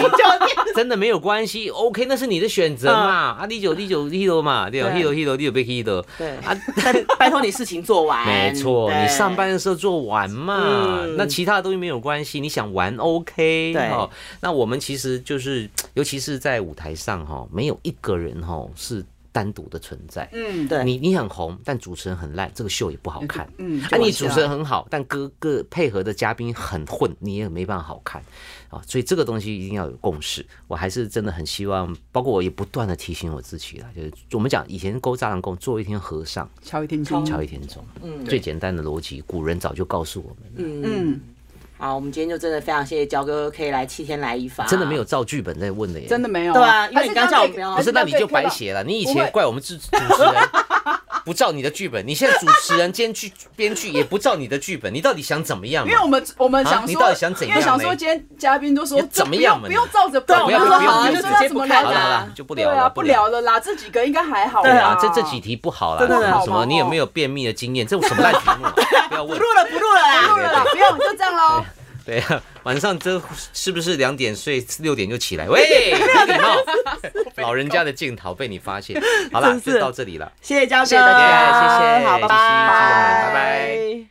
真的没有关系，OK，那是你的选择嘛，啊，第九第九第九嘛，对吧？啊第对九第九第九被第九。对啊，但拜托你事情做完，没错，对你上班的时候做完嘛，嗯那其他的东西没有关系，你想玩 OK 对哦。那我们其实就是，尤其是在舞台上哈，没有一个人哈是单独的存在。嗯，对你你很红，但主持人很烂，这个秀也不好看。嗯就啊，你往下主持人很好，但各个配合的嘉宾很混，你也没办法好看啊。所以这个东西一定要有共识。我还是真的很希望，包括我也不断的提醒我自己啦，就是我们讲以前勾扎郎共做一天和尚，敲一天钟，敲一天钟，嗯，最简单的逻辑，古人早就告诉我们了，嗯，好，我们今天就真的非常谢谢焦哥可以来七天来一发，真的没有照剧本在问的耶，真的没有，对啊因为还是你刚这叫样我可以不要不是，那你就白。还这样可以写了。你以不会前怪我们主主持人不照你的剧本，你现在主持人兼剧编剧也不照你的剧本，你到底想怎么样因嘛？为我们我们啊想你说到底，想怎因样为呢想说今天嘉宾都说你怎么样嘛不用不用照着办，不我要们不要不要说好啊，不要就说直接要怎不么看聊好了好的了，就不对聊啊，了，不不聊聊。了啦，这几个应该还好啦。对啊，这这几题不好啦，真的什么什好吗么？你有没有便秘的经验？这种什么烂题目啊？不要问。不录了，不录了啦。不录了啦，不用，就这样喽。对啊，晚上这是不是两点睡，六点就起来？喂，没礼貌，老人家的镜头被你发现。好啦，真是就到这里了。谢谢焦哥，谢谢大家谢谢谢谢谢谢好，拜拜，拜拜。